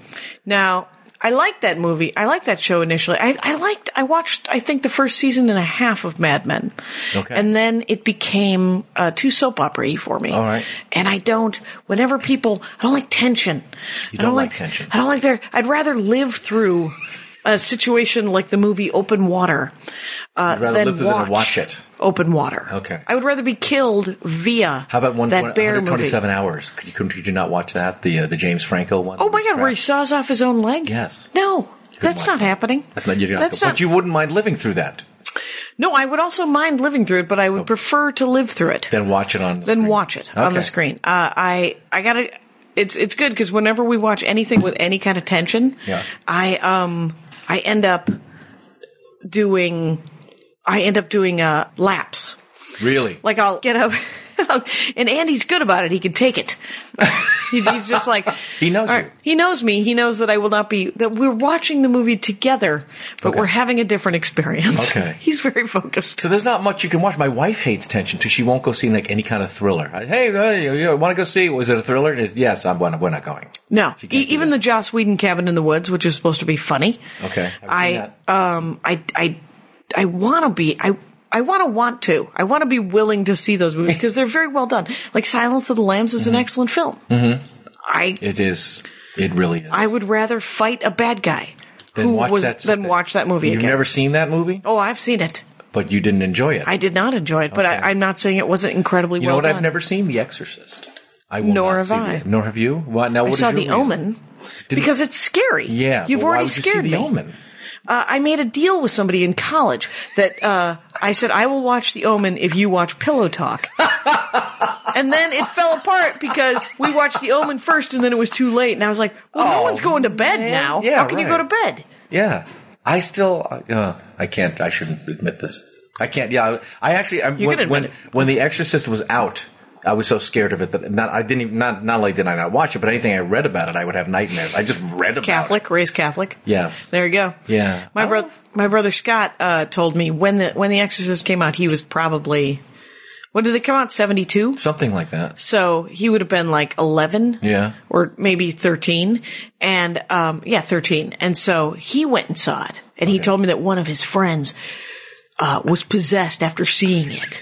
[SPEAKER 3] now, I liked that movie. I liked that show initially. I, I liked, I watched, I think the first season and a half of Mad Men.
[SPEAKER 4] Okay.
[SPEAKER 3] And then it became uh, too soap opera for me.
[SPEAKER 4] All right.
[SPEAKER 3] And I don't, whenever people, I don't like tension. You
[SPEAKER 4] don't like tension.
[SPEAKER 3] I don't like their, I'd rather live through a situation like the movie Open Water uh,
[SPEAKER 4] I'd
[SPEAKER 3] than,
[SPEAKER 4] rather live through
[SPEAKER 3] watch
[SPEAKER 4] than watch it.
[SPEAKER 3] Open Water.
[SPEAKER 4] Okay.
[SPEAKER 3] I would rather be killed via
[SPEAKER 4] How about one
[SPEAKER 3] that bear movie.
[SPEAKER 4] 127 hours? Could you, couldn't- could you not watch that? The uh, the James Franco one.
[SPEAKER 3] Oh my God, where he
[SPEAKER 4] saw.
[SPEAKER 3] saws off his own leg?
[SPEAKER 4] Yes.
[SPEAKER 3] No, that's
[SPEAKER 4] watch
[SPEAKER 3] not
[SPEAKER 4] that.
[SPEAKER 3] happening.
[SPEAKER 4] That's not you.
[SPEAKER 3] That's
[SPEAKER 4] But you wouldn't mind living through that.
[SPEAKER 3] No, I would also mind living through it, but I would prefer to live through it
[SPEAKER 4] Then watch it on. The
[SPEAKER 3] than
[SPEAKER 4] screen.
[SPEAKER 3] watch it on
[SPEAKER 4] Okay.
[SPEAKER 3] the screen. Uh, I I gotta. It's it's good because whenever we watch anything with any kind of tension,
[SPEAKER 4] Yeah.
[SPEAKER 3] I um I end up doing I end up doing uh, laps.
[SPEAKER 4] Really?
[SPEAKER 3] Like I'll get up, and Andy's good about it. He can take it. he's, he's just like
[SPEAKER 4] He knows
[SPEAKER 3] "All
[SPEAKER 4] you."
[SPEAKER 3] He knows me. He knows that I will not be that we're watching the movie together, but
[SPEAKER 4] Okay.
[SPEAKER 3] we're having a different experience.
[SPEAKER 4] Okay.
[SPEAKER 3] he's very focused.
[SPEAKER 4] So there's not much you can watch. My wife hates tension too. She won't go see like any kind of thriller. I, hey, hey, you want to go see? Was it a thriller? And it's, yes, I'm. We're not going.
[SPEAKER 3] No,
[SPEAKER 4] She
[SPEAKER 3] E-
[SPEAKER 4] can't do
[SPEAKER 3] even
[SPEAKER 4] that.
[SPEAKER 3] the Joss Whedon Cabin in the Woods, which is supposed to be funny.
[SPEAKER 4] Okay, I've seen
[SPEAKER 3] I um I I I want to be I. I want to want to. I want to be willing to see those movies because they're very well done. Like Silence of the Lambs is an excellent film. Mm-hmm. I
[SPEAKER 4] It is. It really is.
[SPEAKER 3] I would rather fight a bad guy
[SPEAKER 4] Then
[SPEAKER 3] who
[SPEAKER 4] watch
[SPEAKER 3] was
[SPEAKER 4] that-
[SPEAKER 3] than watch that movie
[SPEAKER 4] You've
[SPEAKER 3] again.
[SPEAKER 4] never seen that movie,
[SPEAKER 3] oh, I've seen it.
[SPEAKER 4] but you didn't enjoy it.
[SPEAKER 3] I did not enjoy it, but
[SPEAKER 4] Okay.
[SPEAKER 3] I, I'm not saying it wasn't incredibly
[SPEAKER 4] You know
[SPEAKER 3] well
[SPEAKER 4] what?
[SPEAKER 3] done.
[SPEAKER 4] I've never seen The Exorcist. I will
[SPEAKER 3] Nor
[SPEAKER 4] not
[SPEAKER 3] have
[SPEAKER 4] see
[SPEAKER 3] I.
[SPEAKER 4] The, nor have you. What? Now,
[SPEAKER 3] I
[SPEAKER 4] what is
[SPEAKER 3] saw
[SPEAKER 4] your
[SPEAKER 3] The
[SPEAKER 4] reason?
[SPEAKER 3] Omen
[SPEAKER 4] Didn't-
[SPEAKER 3] because it's scary.
[SPEAKER 4] Yeah,
[SPEAKER 3] you've
[SPEAKER 4] but why
[SPEAKER 3] already
[SPEAKER 4] would you see
[SPEAKER 3] scared
[SPEAKER 4] The
[SPEAKER 3] me.
[SPEAKER 4] Omen.
[SPEAKER 3] Uh, I made a deal with somebody in college that uh, I said I will watch The Omen if you watch Pillow Talk. And then it fell apart because we watched The Omen first, and then it was too late. And I was like, "Well, no
[SPEAKER 4] Oh,
[SPEAKER 3] one's going to bed
[SPEAKER 4] man.
[SPEAKER 3] now.
[SPEAKER 4] Yeah,
[SPEAKER 3] How can you go to
[SPEAKER 4] right.
[SPEAKER 3] bed?"
[SPEAKER 4] Yeah, I still. Uh, I can't. I shouldn't admit this. I can't. Yeah, I, I actually. I,
[SPEAKER 3] You
[SPEAKER 4] when,
[SPEAKER 3] can admit
[SPEAKER 4] when,
[SPEAKER 3] it.
[SPEAKER 4] when The Exorcist was out, I was so scared of it that not. I didn't. Even, not not only did I not watch it, but anything I read about it, I would have nightmares. I just read about it.
[SPEAKER 3] Catholic, raised Catholic.
[SPEAKER 4] Yes.
[SPEAKER 3] There you go.
[SPEAKER 4] Yeah.
[SPEAKER 3] My
[SPEAKER 4] Oh.
[SPEAKER 3] brother, my brother Scott, uh, told me when the when the Exorcist came out, he was probably when did they come out? Seventy two.
[SPEAKER 4] Something like that.
[SPEAKER 3] So he would have been like eleven,
[SPEAKER 4] Yeah.
[SPEAKER 3] or maybe thirteen, and um, yeah, thirteen. And so he went and saw it, and he told me that one of his friends uh, was possessed after seeing it.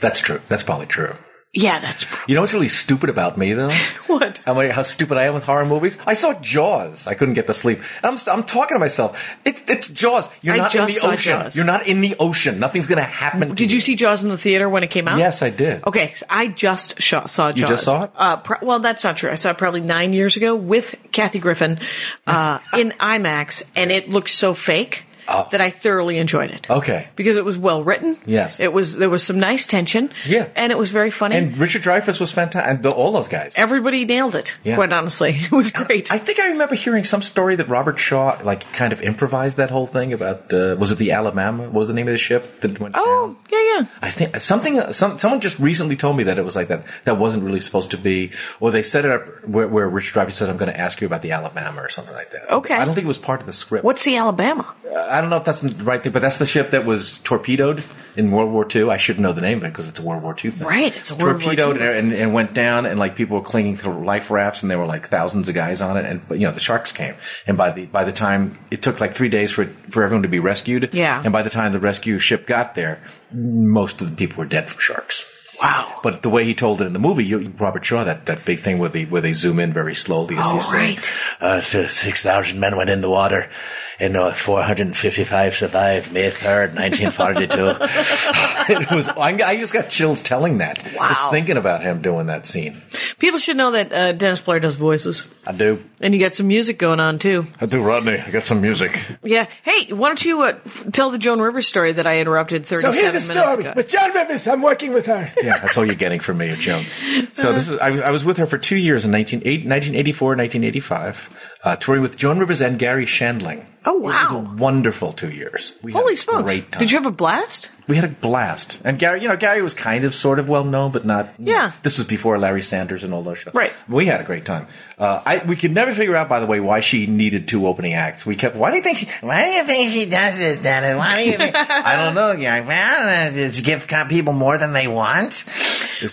[SPEAKER 4] That's true. That's probably true.
[SPEAKER 3] yeah, that's
[SPEAKER 4] You know what's really stupid about me though?
[SPEAKER 3] what.
[SPEAKER 4] How many, how stupid I am with horror movies? I saw Jaws. I couldn't get to sleep. I'm st- I'm talking to myself. It's it's Jaws. You're
[SPEAKER 3] I
[SPEAKER 4] not in
[SPEAKER 3] just
[SPEAKER 4] the
[SPEAKER 3] saw
[SPEAKER 4] ocean.
[SPEAKER 3] Jaws.
[SPEAKER 4] You're not in the ocean. Nothing's gonna happen. to
[SPEAKER 3] Did you see Jaws in the theater when it came out?
[SPEAKER 4] Yes, I did.
[SPEAKER 3] Okay, so I just saw, saw Jaws.
[SPEAKER 4] just saw it?
[SPEAKER 3] Uh, pro- well, that's not true. I saw it probably nine years ago with Kathy Griffin uh, in IMAX, and it looked so fake
[SPEAKER 4] Oh.
[SPEAKER 3] that I thoroughly enjoyed it.
[SPEAKER 4] Okay.
[SPEAKER 3] because it was well written.
[SPEAKER 4] Yes.
[SPEAKER 3] it was. There was some nice tension.
[SPEAKER 4] Yeah.
[SPEAKER 3] and it was very funny.
[SPEAKER 4] And Richard Dreyfuss was fantastic. And the- all those guys.
[SPEAKER 3] Everybody nailed it.
[SPEAKER 4] Yeah.
[SPEAKER 3] Quite honestly, it was great.
[SPEAKER 4] I think I remember hearing some story that Robert Shaw like kind of improvised that whole thing about uh, was it the Alabama? What was the name of the ship that went
[SPEAKER 3] oh
[SPEAKER 4] down?
[SPEAKER 3] yeah, yeah.
[SPEAKER 4] I think something. Some someone just recently told me that it was like that. That wasn't really supposed to be, or they set it up where, where Richard Dreyfuss said, "I'm going to ask you about the Alabama" or something like that.
[SPEAKER 3] Okay.
[SPEAKER 4] I don't think it was part of the script.
[SPEAKER 3] What's the Alabama?
[SPEAKER 4] I don't know if that's the right thing, but that's the ship that was torpedoed in World War II. I should know the name of it because it's a World War II thing.
[SPEAKER 3] Right, it's a World War
[SPEAKER 4] torpedoed
[SPEAKER 3] II.
[SPEAKER 4] And, and, and went down, and like people were clinging to life rafts, and there were like thousands of guys on it, and but, you know the sharks came, and by the by the time it took like three days for for everyone to be rescued.
[SPEAKER 3] Yeah.
[SPEAKER 4] and by the time the rescue ship got there, most of the people were dead from sharks.
[SPEAKER 3] Wow.
[SPEAKER 4] But the way he told it in the movie, you, Robert Shaw, that, that big thing where they where they zoom in very slowly. As
[SPEAKER 3] Oh,
[SPEAKER 4] he's saying,
[SPEAKER 3] right.
[SPEAKER 5] Uh, so 6,000 men went in the water, and uh, 455 survived May 3rd, 1942.
[SPEAKER 4] it was. I, I just got chills telling that.
[SPEAKER 3] Wow.
[SPEAKER 4] Just thinking about him doing that scene.
[SPEAKER 3] People should know that uh, Dennis Blair does voices,
[SPEAKER 4] I do.
[SPEAKER 3] and you got some music going on too.
[SPEAKER 4] I do, Rodney. I got some music.
[SPEAKER 3] Yeah. Hey, why don't you uh, f- tell the Joan Rivers story that I interrupted 37 minutes ago?
[SPEAKER 6] with John Rivers. I'm working with her.
[SPEAKER 4] Yeah, that's all you're getting from me, Joan. So this is. I, I was with her for two years in 19, eight- 1984, 1985. uh, touring with Joan Rivers and Gary Shandling.
[SPEAKER 3] Oh,
[SPEAKER 4] It was
[SPEAKER 3] wow.
[SPEAKER 4] a wonderful two years. We had
[SPEAKER 3] Holy
[SPEAKER 4] a
[SPEAKER 3] smokes.
[SPEAKER 4] Great time.
[SPEAKER 3] Did you have a blast?
[SPEAKER 4] we had a blast. And Gary, you know, Gary was kind of sort of well known, but not.
[SPEAKER 3] Yeah.
[SPEAKER 4] This was before Larry Sanders and all those shows.
[SPEAKER 3] Right.
[SPEAKER 4] We had a great time. Uh, I, we could never figure out, by the way, why she needed two opening acts. We kept, why do you think she,
[SPEAKER 5] Why do you think she does this, Dennis? Why do you think? I don't know, Gary. I don't know. Does she give people more than they want?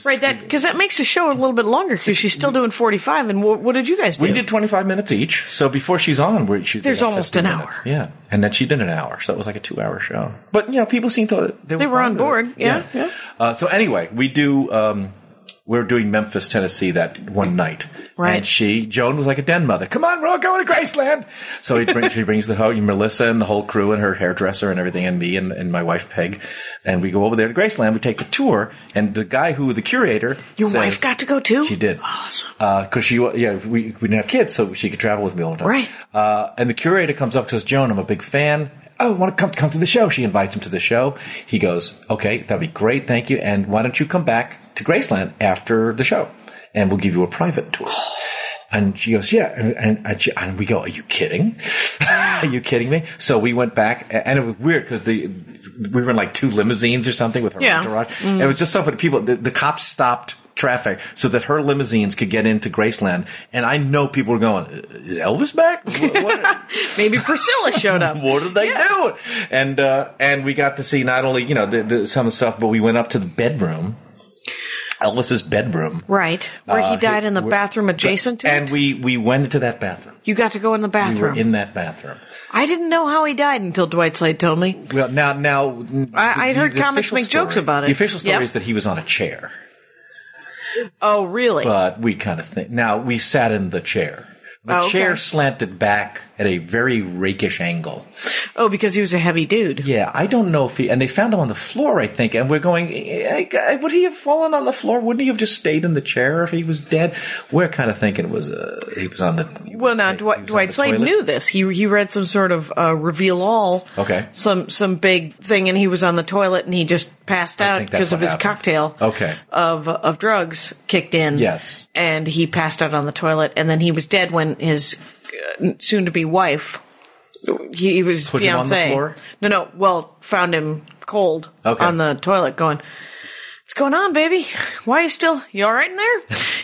[SPEAKER 3] Right, that because that makes the show a little bit longer because she's still doing forty five. And wh- what did you guys do?
[SPEAKER 4] we did 25 minutes each. So before she's on, we're, she's
[SPEAKER 3] There's
[SPEAKER 4] we got
[SPEAKER 3] almost
[SPEAKER 4] 15
[SPEAKER 3] an hour.
[SPEAKER 4] minutes. Yeah. And then she did an hour. So it was like a two hour show. But, you know, people seemed to, they were,
[SPEAKER 3] They were
[SPEAKER 4] fine
[SPEAKER 3] on
[SPEAKER 4] with it.
[SPEAKER 3] board. Yeah, yeah.
[SPEAKER 4] Uh, so anyway, we do, um, we're doing Memphis, Tennessee that one night.
[SPEAKER 3] Right.
[SPEAKER 4] And she, Joan was like a den mother. Come on, we're all going to Graceland. So he brings, she brings the whole, Melissa and the whole crew and her hairdresser and everything and me and, and my wife Peg. And we go over there to Graceland. We take the tour and the guy who, the curator.
[SPEAKER 3] Your
[SPEAKER 4] says-
[SPEAKER 3] wife got to go too.
[SPEAKER 4] She did.
[SPEAKER 3] Awesome.
[SPEAKER 4] Because Uh, she, wa- yeah, we, we didn't have kids, so she could travel with me all the time.
[SPEAKER 3] Right.
[SPEAKER 4] Uh, and the curator comes up to us, Joan, I'm a big fan. Oh, want to come come to the show? She invites him to the show. He goes, okay, that'd be great, thank you. And why don't you come back to Graceland after the show, and we'll give you a private tour. And she goes, yeah. And, and, and, she, and we go, are you kidding? are you kidding me? So we went back, a- and it was weird because the we were in like two limousines or something with her
[SPEAKER 3] Yeah.
[SPEAKER 4] entourage. It was just so funny. People, the, the cops stopped traffic so that her limousines could get into Graceland. And I know people were going, is Elvis back? What, what,
[SPEAKER 3] Maybe Priscilla showed up.
[SPEAKER 4] what are they
[SPEAKER 3] Yeah.
[SPEAKER 4] doing? And, uh, and we got to see not only, you know, the, the, some of the stuff, but we went up to the bedroom, Elvis's bedroom.
[SPEAKER 3] Right, where he
[SPEAKER 4] Uh,
[SPEAKER 3] died in the
[SPEAKER 4] we're-
[SPEAKER 3] bathroom adjacent to
[SPEAKER 4] And
[SPEAKER 3] it.
[SPEAKER 4] we, we went into that bathroom.
[SPEAKER 3] you got to go in the
[SPEAKER 4] We were
[SPEAKER 3] bathroom.
[SPEAKER 4] in that bathroom.
[SPEAKER 3] I didn't know how he died until Dwight Slade told me.
[SPEAKER 4] Well, now, now,
[SPEAKER 3] I- I'd heard comics
[SPEAKER 4] official
[SPEAKER 3] make jokes
[SPEAKER 4] story-
[SPEAKER 3] about it.
[SPEAKER 4] The official story
[SPEAKER 3] Yep.
[SPEAKER 4] is that he was on a chair,
[SPEAKER 3] Oh, really?
[SPEAKER 4] but we kind of think now we sat in the chair. The
[SPEAKER 3] Oh, okay.
[SPEAKER 4] chair slanted back at a very rakish angle.
[SPEAKER 3] oh, because he was a heavy dude.
[SPEAKER 4] Yeah, I don't know if he and they found him on the floor, I think. And we're going, eh, eh, would he have fallen on the floor? Wouldn't he have just stayed in the chair if he was dead? We're kind of thinking it was uh, he was on the
[SPEAKER 3] Well, now
[SPEAKER 4] he was on
[SPEAKER 3] Dwight, Dwight
[SPEAKER 4] the
[SPEAKER 3] Slade
[SPEAKER 4] toilet.
[SPEAKER 3] knew this. He he read some sort of uh, reveal all.
[SPEAKER 4] Okay.
[SPEAKER 3] Some some big thing, and he was on the toilet, and he just passed
[SPEAKER 4] I
[SPEAKER 3] out
[SPEAKER 4] think that's
[SPEAKER 3] because of
[SPEAKER 4] what
[SPEAKER 3] his
[SPEAKER 4] happened.
[SPEAKER 3] cocktail.
[SPEAKER 4] Okay.
[SPEAKER 3] Of of drugs kicked in.
[SPEAKER 4] Yes.
[SPEAKER 3] And he passed out on the toilet, and then he was dead when his uh, soon to be wife, he, he was
[SPEAKER 4] Put him on the
[SPEAKER 3] fiance.
[SPEAKER 4] floor?
[SPEAKER 3] No, no. Well, found him cold
[SPEAKER 4] Okay.
[SPEAKER 3] on the toilet, going. What's going on, baby? Why you still you all right in there?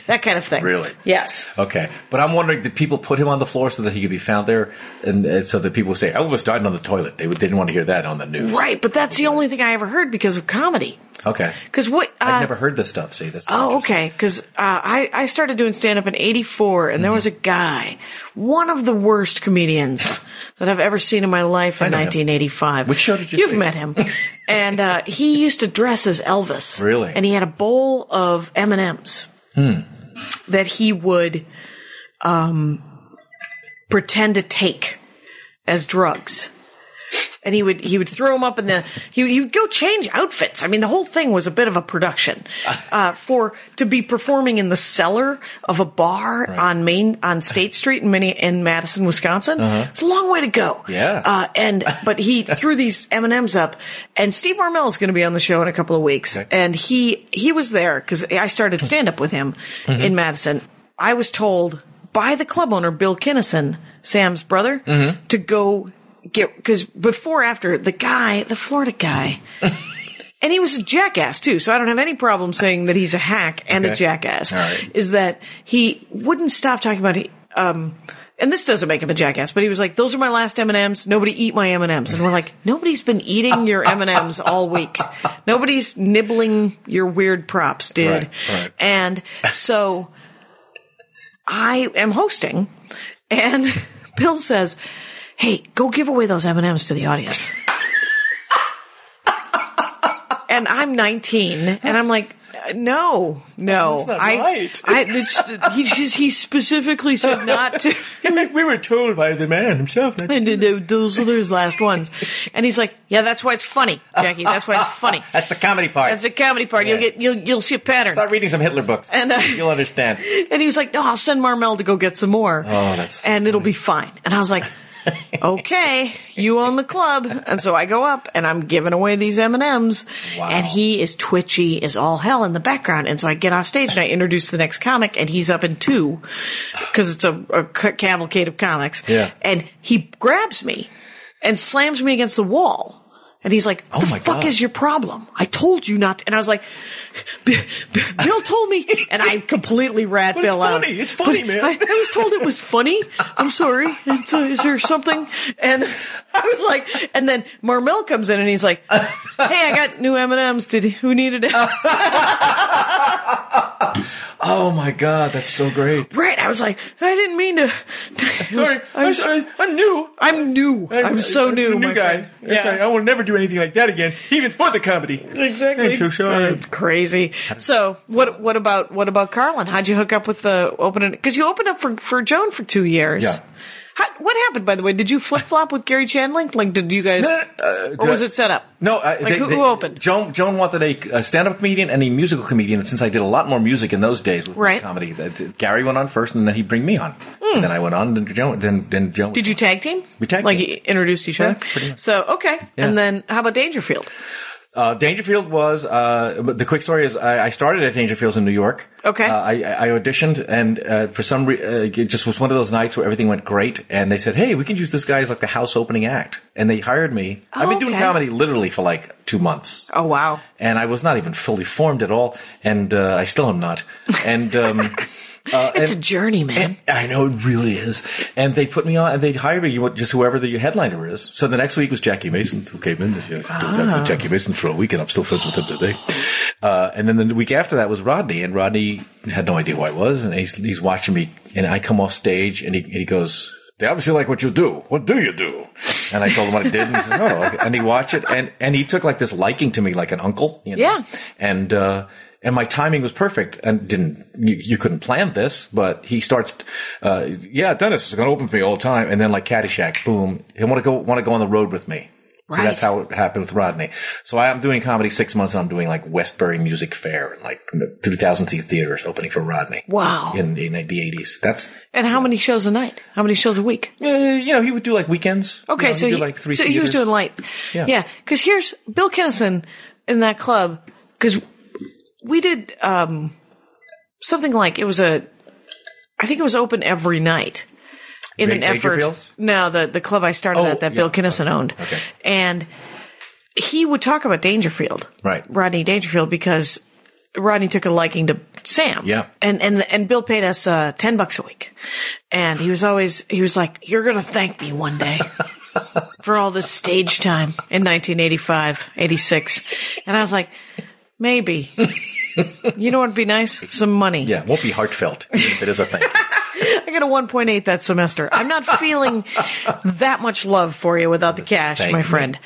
[SPEAKER 3] That kind of thing.
[SPEAKER 4] Really?
[SPEAKER 3] Yes.
[SPEAKER 4] Okay, but I'm wondering, did people put him on the floor so that he could be found there, and, and so that people would say Elvis died on the toilet? They, would- they didn't want to hear that on the news,
[SPEAKER 3] Right, but that's the only thing I ever heard because of comedy.
[SPEAKER 4] Okay,
[SPEAKER 3] Because what? Uh,
[SPEAKER 4] I've never heard this stuff. See this?
[SPEAKER 3] Oh, okay. Because uh, I I started doing stand up in '84, and
[SPEAKER 4] Mm-hmm.
[SPEAKER 3] there was a guy, one of the worst comedians that I've ever seen in my life in
[SPEAKER 4] know him.
[SPEAKER 3] 1985.
[SPEAKER 4] Which show did you
[SPEAKER 3] You've
[SPEAKER 4] see?
[SPEAKER 3] met him, and uh, he used to dress as Elvis.
[SPEAKER 4] Really? Hmm.
[SPEAKER 3] And he had a bowl of M and M's that he would um, pretend to take as drugs and he would he would throw him up in the he he would go change outfits. I mean, the whole thing was a bit of a production uh, for to be performing in the cellar of a bar on Main on State Street in Minne- in Madison, Wisconsin. It's a long way to go.
[SPEAKER 4] Yeah.
[SPEAKER 3] Uh, and but he threw these M and M's up, and Steve Marmel is going to be on the show in a couple of weeks, and he he was there because I started stand up with him
[SPEAKER 4] Mm-hmm.
[SPEAKER 3] in Madison. I was told by the club owner Bill Kinnison, Sam's brother,
[SPEAKER 4] Mm-hmm.
[SPEAKER 3] to go get because before after the guy, the Florida guy. And he was a jackass too, so I don't have any problem saying that he's a hack and a
[SPEAKER 4] Okay.
[SPEAKER 3] jackass.
[SPEAKER 4] All right.
[SPEAKER 3] Is that he wouldn't stop talking about um, and this doesn't make him a jackass, but he was like, "Those are my last M and M's. Nobody eat my M and M's." And we're like, "Nobody's been eating your M and M's all week. Nobody's nibbling your weird props, dude."
[SPEAKER 4] Right, right.
[SPEAKER 3] And so I am hosting, and Bill says, "Hey, go give away those M and M's to the audience." and I'm 19, and I'm like, no, no,
[SPEAKER 4] That's not
[SPEAKER 3] I,
[SPEAKER 4] right.
[SPEAKER 3] I, it's, he, just- he specifically said not to.
[SPEAKER 4] we were told by the man himself.
[SPEAKER 3] And th- th- Those are those last ones, and he's like, "Yeah, that's why it's funny, Jackie. That's why it's funny.
[SPEAKER 4] Ah, That's the comedy part.
[SPEAKER 3] That's the comedy part. You'll
[SPEAKER 4] Yeah.
[SPEAKER 3] get, you'll, you'll see a pattern."
[SPEAKER 4] Start reading some Hitler books,
[SPEAKER 3] And, uh,
[SPEAKER 4] you'll understand.
[SPEAKER 3] And he was like, "No, I'll send Marmel to go get some more,
[SPEAKER 4] Oh, that's
[SPEAKER 3] and it'll be fine." And I was like, okay, you own the club. And so I go up and I'm giving away these M&Ms and he is twitchy as all hell in the background. And so I get off stage and I introduce the next comic and he's up in two because it's a, a c- cavalcade of comics.
[SPEAKER 4] Yeah.
[SPEAKER 3] And he grabs me and slams me against the wall. And he's like, "What the
[SPEAKER 4] Oh my
[SPEAKER 3] fuck
[SPEAKER 4] God.
[SPEAKER 3] is your problem? I told you not." to-" And I was like, "B- B- "Bill told me," and I completely rat
[SPEAKER 4] it's
[SPEAKER 3] Bill out.
[SPEAKER 4] funny. It's funny, man.
[SPEAKER 3] I, I was told it was funny. I'm sorry. It's, uh, is there something? And I was like, and then Marmel comes in and he's like, "Hey, I got new M and M's. Did who needed it?"
[SPEAKER 4] Oh my god, that's so great.
[SPEAKER 3] right. I was like, I didn't mean to.
[SPEAKER 4] Sorry,
[SPEAKER 3] I
[SPEAKER 4] I'm
[SPEAKER 3] was-
[SPEAKER 4] sorry, I'm new.
[SPEAKER 3] I'm new. I'm, so new.
[SPEAKER 4] I'm a new
[SPEAKER 3] my
[SPEAKER 4] guy.
[SPEAKER 3] friend.
[SPEAKER 4] I'm sorry, I will never do anything like that again, even for the comedy.
[SPEAKER 3] Exactly.
[SPEAKER 4] I'm so sorry.
[SPEAKER 3] God, crazy. So what? What about what about Carlin? How'd you hook up with the opening? Because you opened up for for Joan for two years.
[SPEAKER 4] Yeah.
[SPEAKER 3] How, what happened, by the way? Did you flip flop with Gary Chandling? Like, did you guys?
[SPEAKER 4] Uh,
[SPEAKER 3] or was it set up?
[SPEAKER 4] No, I,
[SPEAKER 3] like
[SPEAKER 4] they-
[SPEAKER 3] who,
[SPEAKER 4] they-
[SPEAKER 3] who opened?
[SPEAKER 4] Joan, Joan wanted a, a stand-up comedian and a musical comedian. And since I did a lot more music in those days with my
[SPEAKER 3] Right. Hmm.
[SPEAKER 4] comedy, that that Gary went on first, and then he'd bring me on. And then I went on, then Joan, then then Joan.
[SPEAKER 3] Did you tag team?
[SPEAKER 4] We tag
[SPEAKER 3] like
[SPEAKER 4] team.
[SPEAKER 3] you introduced each other.
[SPEAKER 4] Yeah, pretty much.
[SPEAKER 3] So okay,
[SPEAKER 4] Yeah.
[SPEAKER 3] and then how about Dangerfield?
[SPEAKER 4] Uh, Dangerfield was uh, but the quick story is I, I started at Dangerfields in New York.
[SPEAKER 3] Okay.
[SPEAKER 4] Uh, I, I auditioned and uh, for some re- uh, it just was one of those nights where everything went great and they said, "Hey, we can use this guy as like the house opening act." And they hired me. I've been doing
[SPEAKER 3] okay.
[SPEAKER 4] comedy literally for like two months,
[SPEAKER 3] Oh wow,
[SPEAKER 4] and I was not even fully formed at all, and uh, I still am not. And um, uh,
[SPEAKER 3] it's
[SPEAKER 4] and-
[SPEAKER 3] a journey, man.
[SPEAKER 4] I know it really is. And they put me on, and they hired me, you want- just whoever the headliner is. So the next week was Jackie Mason, who came in. Yes, I did
[SPEAKER 3] Ah.
[SPEAKER 4] that for Jackie Mason for a week, and I'm still friends with him today. Uh, and then the week after that was Rodney, and Rodney had no idea who I was, and he's, he's watching me, and I come off stage, and he, and he goes, they obviously like what you do. What do you do? And I told him what I did, and he says, oh, okay. and he watched it, and, and he took like this liking to me, like an uncle. You know?
[SPEAKER 3] Yeah.
[SPEAKER 4] and uh, and my timing was perfect and didn't you, you couldn't plan this but he starts uh, yeah Dennis is going to open for me all the time and then like Caddyshack boom he want to go want to go on the road with me so
[SPEAKER 3] Right.
[SPEAKER 4] that's how it happened with Rodney so I'm doing comedy six months and I'm doing like Westbury Music Fair and like 3,000 seat theaters opening for Rodney
[SPEAKER 3] Wow.
[SPEAKER 4] in, in the 80s that's
[SPEAKER 3] And how many shows a night? How many shows a week?
[SPEAKER 4] uh, you know he would do like weekends
[SPEAKER 3] Okay,
[SPEAKER 4] you know,
[SPEAKER 3] so
[SPEAKER 4] he'd
[SPEAKER 3] he,
[SPEAKER 4] do, like three
[SPEAKER 3] so he was
[SPEAKER 4] theaters.
[SPEAKER 3] doing light.
[SPEAKER 4] Yeah.
[SPEAKER 3] yeah. Because here's Bill Kennison in that club because we did um, something like it was a, I think it was open every night in
[SPEAKER 4] Dan-
[SPEAKER 3] an effort.
[SPEAKER 4] Dangerfields?
[SPEAKER 3] No, the the club I started
[SPEAKER 4] Oh,
[SPEAKER 3] at that
[SPEAKER 4] yeah,
[SPEAKER 3] Bill Kennison owned,
[SPEAKER 4] okay.
[SPEAKER 3] and he would talk about Dangerfield,
[SPEAKER 4] Right.
[SPEAKER 3] Rodney Dangerfield, because Rodney took a liking to Sam.
[SPEAKER 4] Yeah.
[SPEAKER 3] And and and Bill paid us uh, ten bucks a week, and he was always he was like, "You're gonna thank me one day." for all this stage time in 1985, 86. And I was like, maybe. You know what would be nice? Some money.
[SPEAKER 4] yeah it won't be heartfelt even if it is a thing
[SPEAKER 3] I got a 1.8 that semester. I'm not feeling that much love for you without the cash,
[SPEAKER 4] Thank
[SPEAKER 3] my
[SPEAKER 4] you.
[SPEAKER 3] friend.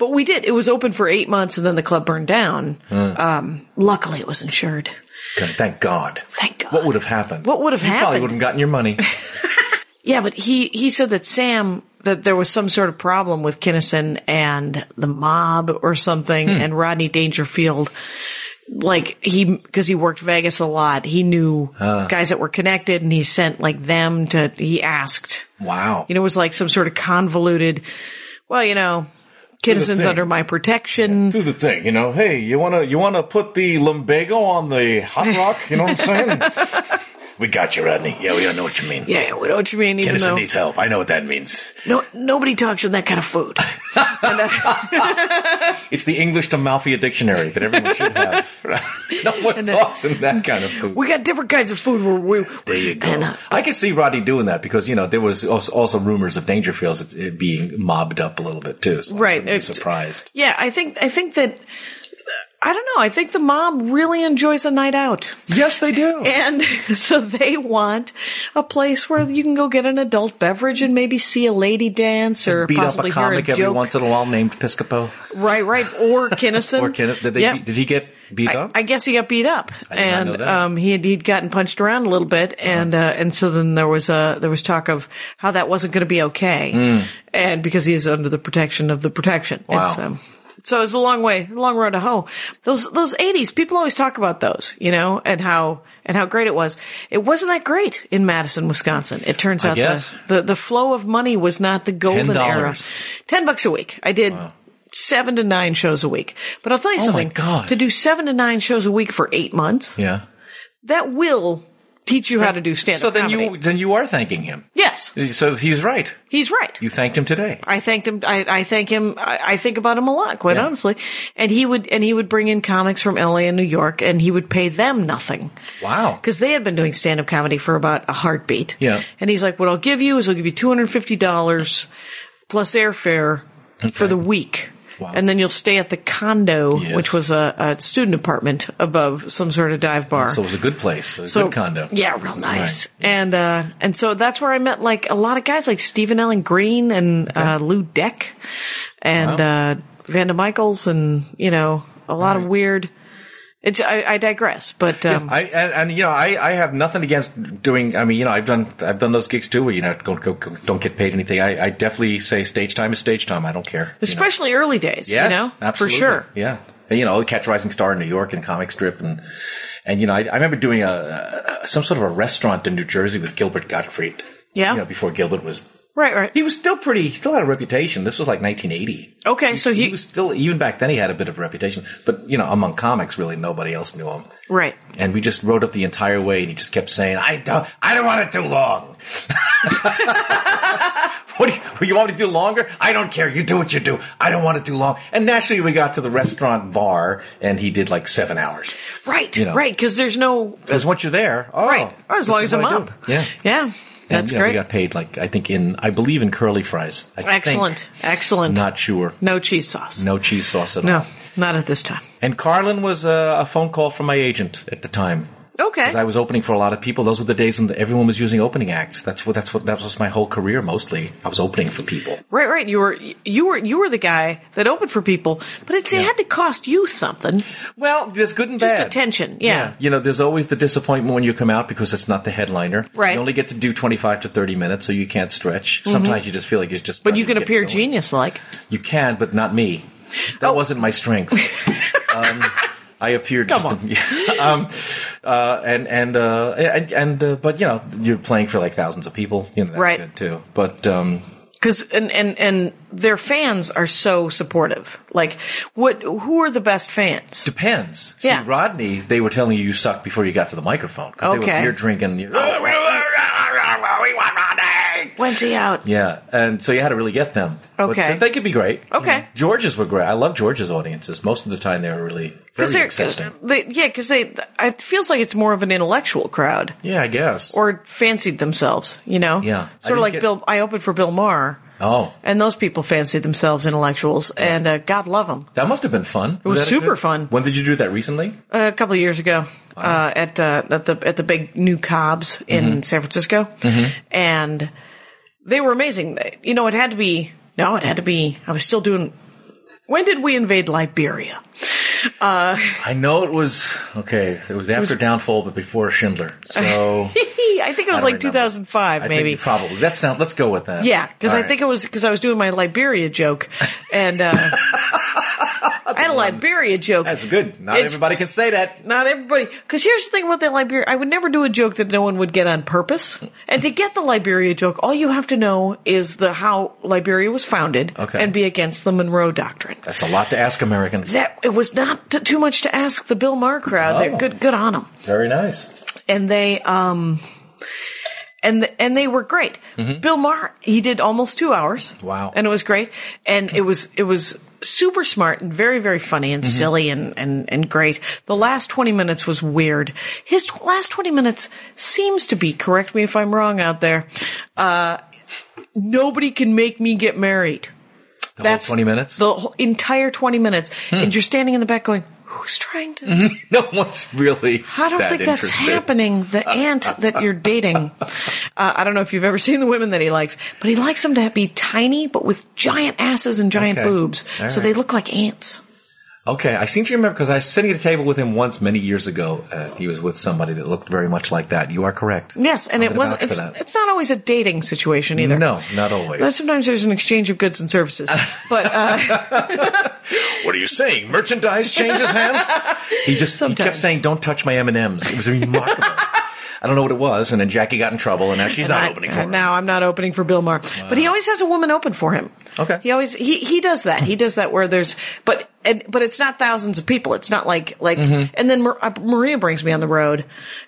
[SPEAKER 3] But we did. It was open for eight months and then the club burned down. Um, luckily, it was insured.
[SPEAKER 4] thank God
[SPEAKER 3] Thank God.
[SPEAKER 4] what would have happened
[SPEAKER 3] What would have
[SPEAKER 4] you probably
[SPEAKER 3] happened?
[SPEAKER 4] would have gotten your money
[SPEAKER 3] Yeah, but he, he said that Sam, that there was some sort of problem with Kinnison and the mob or something
[SPEAKER 5] Hmm.
[SPEAKER 3] and Rodney Dangerfield. Like he, cause he worked Vegas a lot. He knew
[SPEAKER 5] Ah.
[SPEAKER 3] guys that were connected and he sent like them to, he asked,
[SPEAKER 4] Wow.
[SPEAKER 3] you know, it was like some sort of convoluted, well, you know, Kinnison's
[SPEAKER 4] thing.
[SPEAKER 3] under my protection.
[SPEAKER 4] do the thing, you know. Hey, you wanna you wanna put the lumbago on the hot rock? You know what I'm saying?
[SPEAKER 5] We got you, Rodney. Yeah, we don't know what you mean.
[SPEAKER 3] Yeah, we know what you mean, even
[SPEAKER 5] Edison
[SPEAKER 3] though
[SPEAKER 5] needs help. I know what that means.
[SPEAKER 3] no, nobody talks in that kind of food.
[SPEAKER 4] it's the English to Malfia dictionary that everyone should have. no one
[SPEAKER 3] then-
[SPEAKER 4] talks in that kind of food.
[SPEAKER 3] we got different kinds of food where we,
[SPEAKER 5] There you go.
[SPEAKER 3] and, uh,
[SPEAKER 4] I could see Rodney doing that because you know there was also, also rumors of Dangerfields it, it being mobbed up a little bit too. So
[SPEAKER 3] Right,
[SPEAKER 4] I wouldn't be
[SPEAKER 3] it's-
[SPEAKER 4] surprised.
[SPEAKER 3] Yeah, I think I think that I don't know. I think the mob really enjoys a night out,
[SPEAKER 4] Yes, they do.
[SPEAKER 3] and so they want a place where you can go get an adult beverage and maybe see a lady dance or
[SPEAKER 4] Beat up
[SPEAKER 3] possibly
[SPEAKER 4] a comic
[SPEAKER 3] hear a
[SPEAKER 4] every
[SPEAKER 3] joke.
[SPEAKER 4] once in a while named Piscopo
[SPEAKER 3] right, right, or Kinnison.
[SPEAKER 4] or Kenneth. Did they?
[SPEAKER 3] Yeah.
[SPEAKER 4] beat- Did he get beat
[SPEAKER 3] I,
[SPEAKER 4] up?
[SPEAKER 3] I guess he got beat up,
[SPEAKER 4] did not
[SPEAKER 3] and
[SPEAKER 4] know that. Uh-huh.
[SPEAKER 3] um, he had, he'd gotten punched around a little bit, and uh, and so then there was uh, there was talk of how that wasn't going to be okay, and because he is under the protection of the protection.
[SPEAKER 4] Hmm. Wow.
[SPEAKER 3] It's, um, So it's a long way, a long road to hoe. Those those eighties, people always talk about those, you know, and how and how great it was. It wasn't that great in Madison, Wisconsin. It turns out the,
[SPEAKER 4] guess.
[SPEAKER 3] the the flow of money was not the golden era.
[SPEAKER 4] $10.
[SPEAKER 3] Ten bucks a week. I did seven to nine shows a week. But I'll tell you
[SPEAKER 4] Oh my
[SPEAKER 3] something.
[SPEAKER 4] God.
[SPEAKER 3] To do seven to nine shows a week for eight months,
[SPEAKER 4] Yeah.
[SPEAKER 3] that will teach you how to do stand-up
[SPEAKER 4] So then
[SPEAKER 3] comedy.
[SPEAKER 4] you then you are thanking him.
[SPEAKER 3] yes,
[SPEAKER 4] So he was right.
[SPEAKER 3] he's right.
[SPEAKER 4] You thanked him today.
[SPEAKER 3] I thanked him. I, I thank him. I, I think about him a lot, quite
[SPEAKER 4] Yeah.
[SPEAKER 3] honestly. And he would, and he would bring in comics from LA and New York and he would pay them nothing.
[SPEAKER 4] Wow.
[SPEAKER 3] Cause they had been doing stand up comedy for about a heartbeat.
[SPEAKER 4] Yeah.
[SPEAKER 3] And he's like, what I'll give you is I'll give you $250 plus airfare for the week.
[SPEAKER 4] Wow.
[SPEAKER 3] And then you'll stay at the condo,
[SPEAKER 4] Yes.
[SPEAKER 3] which was a, a student apartment above some sort of dive bar.
[SPEAKER 4] So it was a good place, a good condo.
[SPEAKER 3] Yeah, real nice.
[SPEAKER 4] Right, yes.
[SPEAKER 3] And uh and so that's where I met like a lot of guys like Stephen Allen Green and uh Lou Deck and
[SPEAKER 4] Wow.
[SPEAKER 3] uh Vanda Michaels and you know, a lot of weird it's I, I digress, but um
[SPEAKER 4] I and, and you know I, I have nothing against doing I mean you know I've done I've done those gigs too where you know don't go, go- don't get paid anything I, I definitely say stage time is stage time I don't care you know.
[SPEAKER 3] especially early days, you know? For sure.
[SPEAKER 4] Yeah. And, you know, Catch a Rising Star in New York and Comic Strip and, and, you know, I, I remember doing a, a, some sort of a restaurant in New Jersey with Gilbert Gottfried.
[SPEAKER 3] Yeah.
[SPEAKER 4] You know, before Gilbert was,
[SPEAKER 3] Right, right.
[SPEAKER 4] he was still pretty, he still had a reputation. This was like 1980.
[SPEAKER 3] Okay, so
[SPEAKER 4] He,
[SPEAKER 3] he
[SPEAKER 4] was still, even back then he had a bit of a reputation, but you know, among comics, really nobody else knew him.
[SPEAKER 3] right.
[SPEAKER 4] And we just rode up the entire way and he just kept saying, I don't, I don't want it too long. what do you, what, you want me to do longer? I don't care. You do what you do. I don't want it too long. And naturally we got to the restaurant bar and he did like seven hours.
[SPEAKER 3] Right,
[SPEAKER 4] You know.
[SPEAKER 3] right, because there's no
[SPEAKER 4] Because once you're there, oh,
[SPEAKER 3] right. Or as
[SPEAKER 4] this
[SPEAKER 3] long as
[SPEAKER 4] is
[SPEAKER 3] I'm
[SPEAKER 4] what I do.
[SPEAKER 3] up.
[SPEAKER 4] Yeah.
[SPEAKER 3] Yeah.
[SPEAKER 4] And,
[SPEAKER 3] That's
[SPEAKER 4] you know,
[SPEAKER 3] great.
[SPEAKER 4] We got paid like, I think in, I believe in curly fries. I think.
[SPEAKER 3] Excellent. Excellent.
[SPEAKER 4] Not sure.
[SPEAKER 3] no cheese sauce.
[SPEAKER 4] No cheese sauce at all.
[SPEAKER 3] No, not at this time.
[SPEAKER 4] And Carlin was a, a phone call from my agent at the time.
[SPEAKER 3] Okay.
[SPEAKER 4] Because I was opening for a lot of people. Those were the days when everyone was using opening acts. That's what that's what that was my whole career mostly. I was opening for people.
[SPEAKER 3] Right, right. You were you were you were the guy that opened for people, but it's, it had to cost you something.
[SPEAKER 4] Well, there's good and
[SPEAKER 3] Just
[SPEAKER 4] bad.
[SPEAKER 3] attention, yeah.
[SPEAKER 4] You know, there's always the disappointment when you come out because it's not the headliner.
[SPEAKER 3] Right. Mm-hmm.
[SPEAKER 4] You only get to do 25 to 30 minutes, so you can't stretch. Sometimes you just feel like you're just.
[SPEAKER 3] But
[SPEAKER 4] trying
[SPEAKER 3] you
[SPEAKER 4] to
[SPEAKER 3] can
[SPEAKER 4] get
[SPEAKER 3] appear
[SPEAKER 4] going.
[SPEAKER 3] genius like.
[SPEAKER 4] You can, but not me.
[SPEAKER 3] Oh.
[SPEAKER 4] That wasn't my strength. um, I appeared
[SPEAKER 3] Come
[SPEAKER 4] just um, uh, and and uh, and, and uh, but you know you're playing for like thousands of people. You know, that's
[SPEAKER 3] Right.
[SPEAKER 4] good too. But um,
[SPEAKER 3] Cause, and, and, and their fans are so supportive. Like, what, who are the best fans?
[SPEAKER 4] depends.
[SPEAKER 3] Yeah.
[SPEAKER 4] See, Rodney, they were telling you you sucked before you got to the microphone because they
[SPEAKER 3] Okay. Oh,
[SPEAKER 4] were beer drinking. you-
[SPEAKER 3] When's he out?
[SPEAKER 4] Yeah, and so you had to really get them. But
[SPEAKER 3] Okay.
[SPEAKER 4] they- they could be great.
[SPEAKER 3] Okay.
[SPEAKER 4] George's were great. I love George's audiences. Most of the time, they were really very
[SPEAKER 3] they're,
[SPEAKER 4] accepting.
[SPEAKER 3] they, yeah, cause they, it feels like it's more of an intellectual crowd
[SPEAKER 4] Yeah, I guess.
[SPEAKER 3] or fancied themselves, you know?
[SPEAKER 4] Yeah. I
[SPEAKER 3] Sort of
[SPEAKER 4] didn't
[SPEAKER 3] like
[SPEAKER 4] get-
[SPEAKER 3] Bill, I opened for Bill Maher.
[SPEAKER 4] oh,
[SPEAKER 3] And those people fancied themselves intellectuals, and uh, God love them.
[SPEAKER 4] That must have been fun. It
[SPEAKER 3] was super fun.
[SPEAKER 4] When did you do that recently?
[SPEAKER 3] a couple of years ago uh, at uh, at the at the big new Cobb's in
[SPEAKER 4] Mm-hmm.
[SPEAKER 3] San Francisco, and they were amazing. They- You know, it had to be no, it had to be. I was still doing. When did we invade Liberia? Uh,
[SPEAKER 4] I know it was okay. It was after Downfall, but before Schindler. So
[SPEAKER 3] I think it was
[SPEAKER 4] don't
[SPEAKER 3] like
[SPEAKER 4] remember.
[SPEAKER 3] 2005,
[SPEAKER 4] I
[SPEAKER 3] maybe.
[SPEAKER 4] think probably. That sound. Let's go with that.
[SPEAKER 3] yeah, because
[SPEAKER 4] All
[SPEAKER 3] I
[SPEAKER 4] right.
[SPEAKER 3] think it was because I was doing my Liberia joke, and uh, I had a Liberia joke.
[SPEAKER 4] that's good. Not
[SPEAKER 3] It's-
[SPEAKER 4] everybody can say that.
[SPEAKER 3] Not everybody. Because here's the thing about the Liberia. I would never do a joke that no one would get on purpose. And to get the Liberia joke, all you have to know is the how Liberia was founded
[SPEAKER 4] Okay.
[SPEAKER 3] and be against the Monroe Doctrine.
[SPEAKER 4] That's a lot to ask Americans.
[SPEAKER 3] That it was not t- too much to ask the Bill Maher crowd.
[SPEAKER 4] No.
[SPEAKER 3] They're good, good on them,
[SPEAKER 4] Very nice.
[SPEAKER 3] and they um, and th and they were great. Bill Maher he did almost two hours.
[SPEAKER 4] Mm-hmm. Wow.
[SPEAKER 3] and it was great, and it was it was super smart and very very funny
[SPEAKER 4] Mm-hmm.
[SPEAKER 3] and silly and and and great. The last twenty minutes was weird. His t- last twenty minutes seems to be correct me if I'm wrong out there. Uh, nobody can make me get married.
[SPEAKER 4] The whole twenty minutes. Hmm.
[SPEAKER 3] The whole, entire twenty minutes, and you're standing in the back going, "Who's trying to?"
[SPEAKER 4] no one's really.
[SPEAKER 3] I don't
[SPEAKER 4] that
[SPEAKER 3] think that's
[SPEAKER 4] interested. Uh,
[SPEAKER 3] happening. The aunt that you're dating, uh, I don't know if you've ever seen the women that he likes, but he likes them to be tiny, but with giant asses and giant
[SPEAKER 4] Okay.
[SPEAKER 3] boobs,
[SPEAKER 4] All
[SPEAKER 3] so
[SPEAKER 4] right.
[SPEAKER 3] they look like ants.
[SPEAKER 4] Okay, I seem to remember because I was sitting at a table with him once many years ago. Uh, he was with somebody that looked very much like that. You are correct.
[SPEAKER 3] Yes, and
[SPEAKER 4] I'm
[SPEAKER 3] it
[SPEAKER 4] gonna
[SPEAKER 3] wasn't.
[SPEAKER 4] vouch
[SPEAKER 3] It's,
[SPEAKER 4] for that.
[SPEAKER 3] it's not always a dating situation either.
[SPEAKER 4] No, not always.
[SPEAKER 3] But sometimes there's an exchange of goods and services. But uh,
[SPEAKER 4] What are you saying? Merchandise changes hands. he just he kept
[SPEAKER 3] Sometimes.
[SPEAKER 4] saying, "Don't touch my M and M's." It was remarkable. I don't know what it was, and then Jackie got in trouble, and now she's not
[SPEAKER 3] I-
[SPEAKER 4] opening for
[SPEAKER 3] uh,
[SPEAKER 4] him.
[SPEAKER 3] now I'm not opening for Bill Maher. But he always has a woman open for him.
[SPEAKER 4] Okay.
[SPEAKER 3] He always he he does that. He does that where there's but and, but it's not thousands of people. It's not like like
[SPEAKER 4] Mm-hmm.
[SPEAKER 3] and then Mar- uh, Maria brings me on the road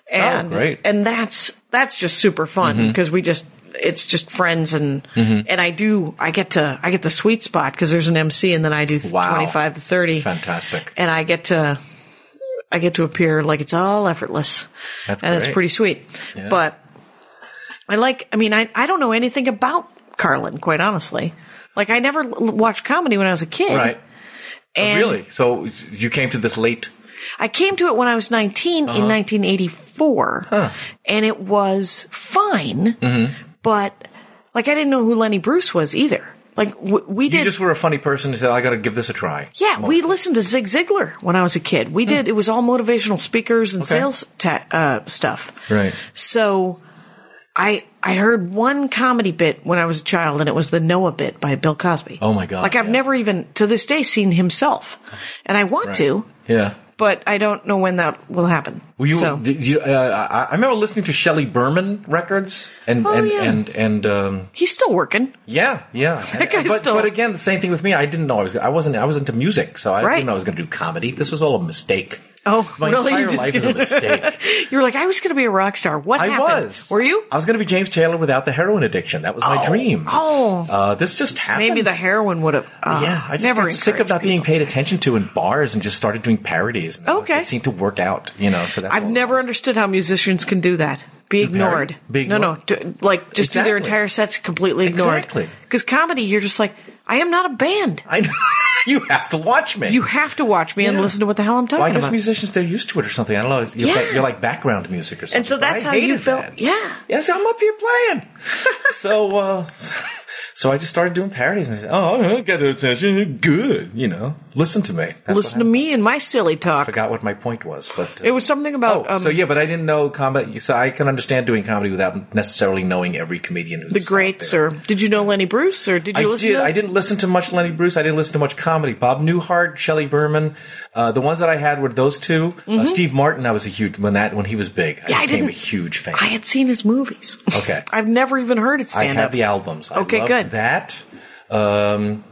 [SPEAKER 3] and
[SPEAKER 4] Oh, great. Mm-hmm.
[SPEAKER 3] and that's that's just super fun because we just it's just friends and and I do I get to I get the sweet spot because there's an MC and then I do
[SPEAKER 4] Wow.
[SPEAKER 3] 25 to 30.
[SPEAKER 4] Fantastic.
[SPEAKER 3] and I get to I get to appear like it's all effortless.
[SPEAKER 4] That's
[SPEAKER 3] and it's
[SPEAKER 4] great.
[SPEAKER 3] pretty sweet. But I like I mean I I don't know anything about Carlin quite honestly. Like I never l- watched comedy when I was a kid.
[SPEAKER 4] right? Oh,
[SPEAKER 3] And
[SPEAKER 4] really? So you came to this late?
[SPEAKER 3] I came to it when I was 19
[SPEAKER 4] Uh-huh.
[SPEAKER 3] in 1984. And it was fine.
[SPEAKER 4] Mm-hmm.
[SPEAKER 3] But like I didn't know who Lenny Bruce was either. Like w- we
[SPEAKER 4] You
[SPEAKER 3] did
[SPEAKER 4] just were a funny person and said, "I got to give this a try."
[SPEAKER 3] Yeah, we listened to Zig Ziglar when I was a kid. We did. It was all motivational speakers and
[SPEAKER 4] Hmm. Okay.
[SPEAKER 3] sales ta- uh, stuff.
[SPEAKER 4] Right.
[SPEAKER 3] So I I heard one comedy bit when I was a child, and it was the Noah bit by Bill Cosby.
[SPEAKER 4] Oh, my God,
[SPEAKER 3] Like I've
[SPEAKER 4] yeah.
[SPEAKER 3] never even to this day seen himself, and I want to,
[SPEAKER 4] Yeah.
[SPEAKER 3] but I don't know when that will happen.
[SPEAKER 4] Were you,
[SPEAKER 3] so,
[SPEAKER 4] did you uh, I- I remember listening to Shelley Berman records and
[SPEAKER 3] Oh,
[SPEAKER 4] and,
[SPEAKER 3] yeah.
[SPEAKER 4] and and um
[SPEAKER 3] he's still working.
[SPEAKER 4] yeah yeah
[SPEAKER 3] guy's
[SPEAKER 4] but,
[SPEAKER 3] still-
[SPEAKER 4] but again the same thing with me I didn't know I was I wasn't I was into music so I
[SPEAKER 3] Right.
[SPEAKER 4] didn't know I was going to do comedy this was all a mistake
[SPEAKER 3] Oh,
[SPEAKER 4] my
[SPEAKER 3] really? You
[SPEAKER 4] entire
[SPEAKER 3] just-
[SPEAKER 4] life is a mistake
[SPEAKER 3] You were like, I was going to be a rock star. What
[SPEAKER 4] I
[SPEAKER 3] happened?
[SPEAKER 4] was
[SPEAKER 3] Were you?
[SPEAKER 4] I was going to be James Taylor without the heroin addiction that was my
[SPEAKER 3] Oh.
[SPEAKER 4] dream
[SPEAKER 3] Oh.
[SPEAKER 4] uh, this just happened
[SPEAKER 3] Maybe the heroin would have. Uh,
[SPEAKER 4] yeah, I just
[SPEAKER 3] never
[SPEAKER 4] got sick of
[SPEAKER 3] encouraged
[SPEAKER 4] not
[SPEAKER 3] me.
[SPEAKER 4] being paid attention to in bars and just started doing parodies. And
[SPEAKER 3] Okay.
[SPEAKER 4] it seemed to work out, you know. So that's
[SPEAKER 3] I've
[SPEAKER 4] all it
[SPEAKER 3] never
[SPEAKER 4] was.
[SPEAKER 3] understood how musicians can do that. Be ignored.
[SPEAKER 4] Be
[SPEAKER 3] No, no.
[SPEAKER 4] ignored.
[SPEAKER 3] d- like, just do their
[SPEAKER 4] Exactly.
[SPEAKER 3] entire sets completely ignored.
[SPEAKER 4] Exactly.
[SPEAKER 3] Because comedy, you're just like, I am not a band.
[SPEAKER 4] I know. you have to watch me.
[SPEAKER 3] You have to watch me and
[SPEAKER 4] Yeah.
[SPEAKER 3] listen to what the hell I'm talking
[SPEAKER 4] Well, I guess
[SPEAKER 3] about.
[SPEAKER 4] musicians they're used to it or something. I don't know. You're,
[SPEAKER 3] Yeah.
[SPEAKER 4] like, you're like background music or something.
[SPEAKER 3] and so
[SPEAKER 4] but I
[SPEAKER 3] that's how
[SPEAKER 4] hated
[SPEAKER 3] you felt.
[SPEAKER 4] that.
[SPEAKER 3] Yeah.
[SPEAKER 4] Yes, I'm up here playing. so, uh, so I just started doing parodies and I said, "Oh, I got the attention. Good, you know. Listen to me. That's what
[SPEAKER 3] listen to
[SPEAKER 4] happened.
[SPEAKER 3] me and my silly talk.
[SPEAKER 4] I forgot what my point was, but uh,
[SPEAKER 3] It was something
[SPEAKER 4] Oh,
[SPEAKER 3] about um,
[SPEAKER 4] so yeah, but I didn't know comedy. So I can understand doing comedy without necessarily knowing every comedian. Who's
[SPEAKER 3] the
[SPEAKER 4] out
[SPEAKER 3] greats
[SPEAKER 4] there.
[SPEAKER 3] or did you know Lenny Bruce or did you
[SPEAKER 4] I
[SPEAKER 3] listen
[SPEAKER 4] did.
[SPEAKER 3] to
[SPEAKER 4] I didn't listen to much Lenny Bruce. I didn't listen to much comedy. Bob Newhart, Shelley Berman, uh, the ones that I had were those 2 Uh, Steve Martin, I was a huge when that when he was big. I
[SPEAKER 3] Mm-hmm. Yeah, I
[SPEAKER 4] became
[SPEAKER 3] didn't-
[SPEAKER 4] a huge fan.
[SPEAKER 3] I had seen his movies.
[SPEAKER 4] Okay.
[SPEAKER 3] I've never even heard it
[SPEAKER 4] I
[SPEAKER 3] stand up.
[SPEAKER 4] had the albums. I
[SPEAKER 3] Okay,
[SPEAKER 4] loved
[SPEAKER 3] good.
[SPEAKER 4] That um,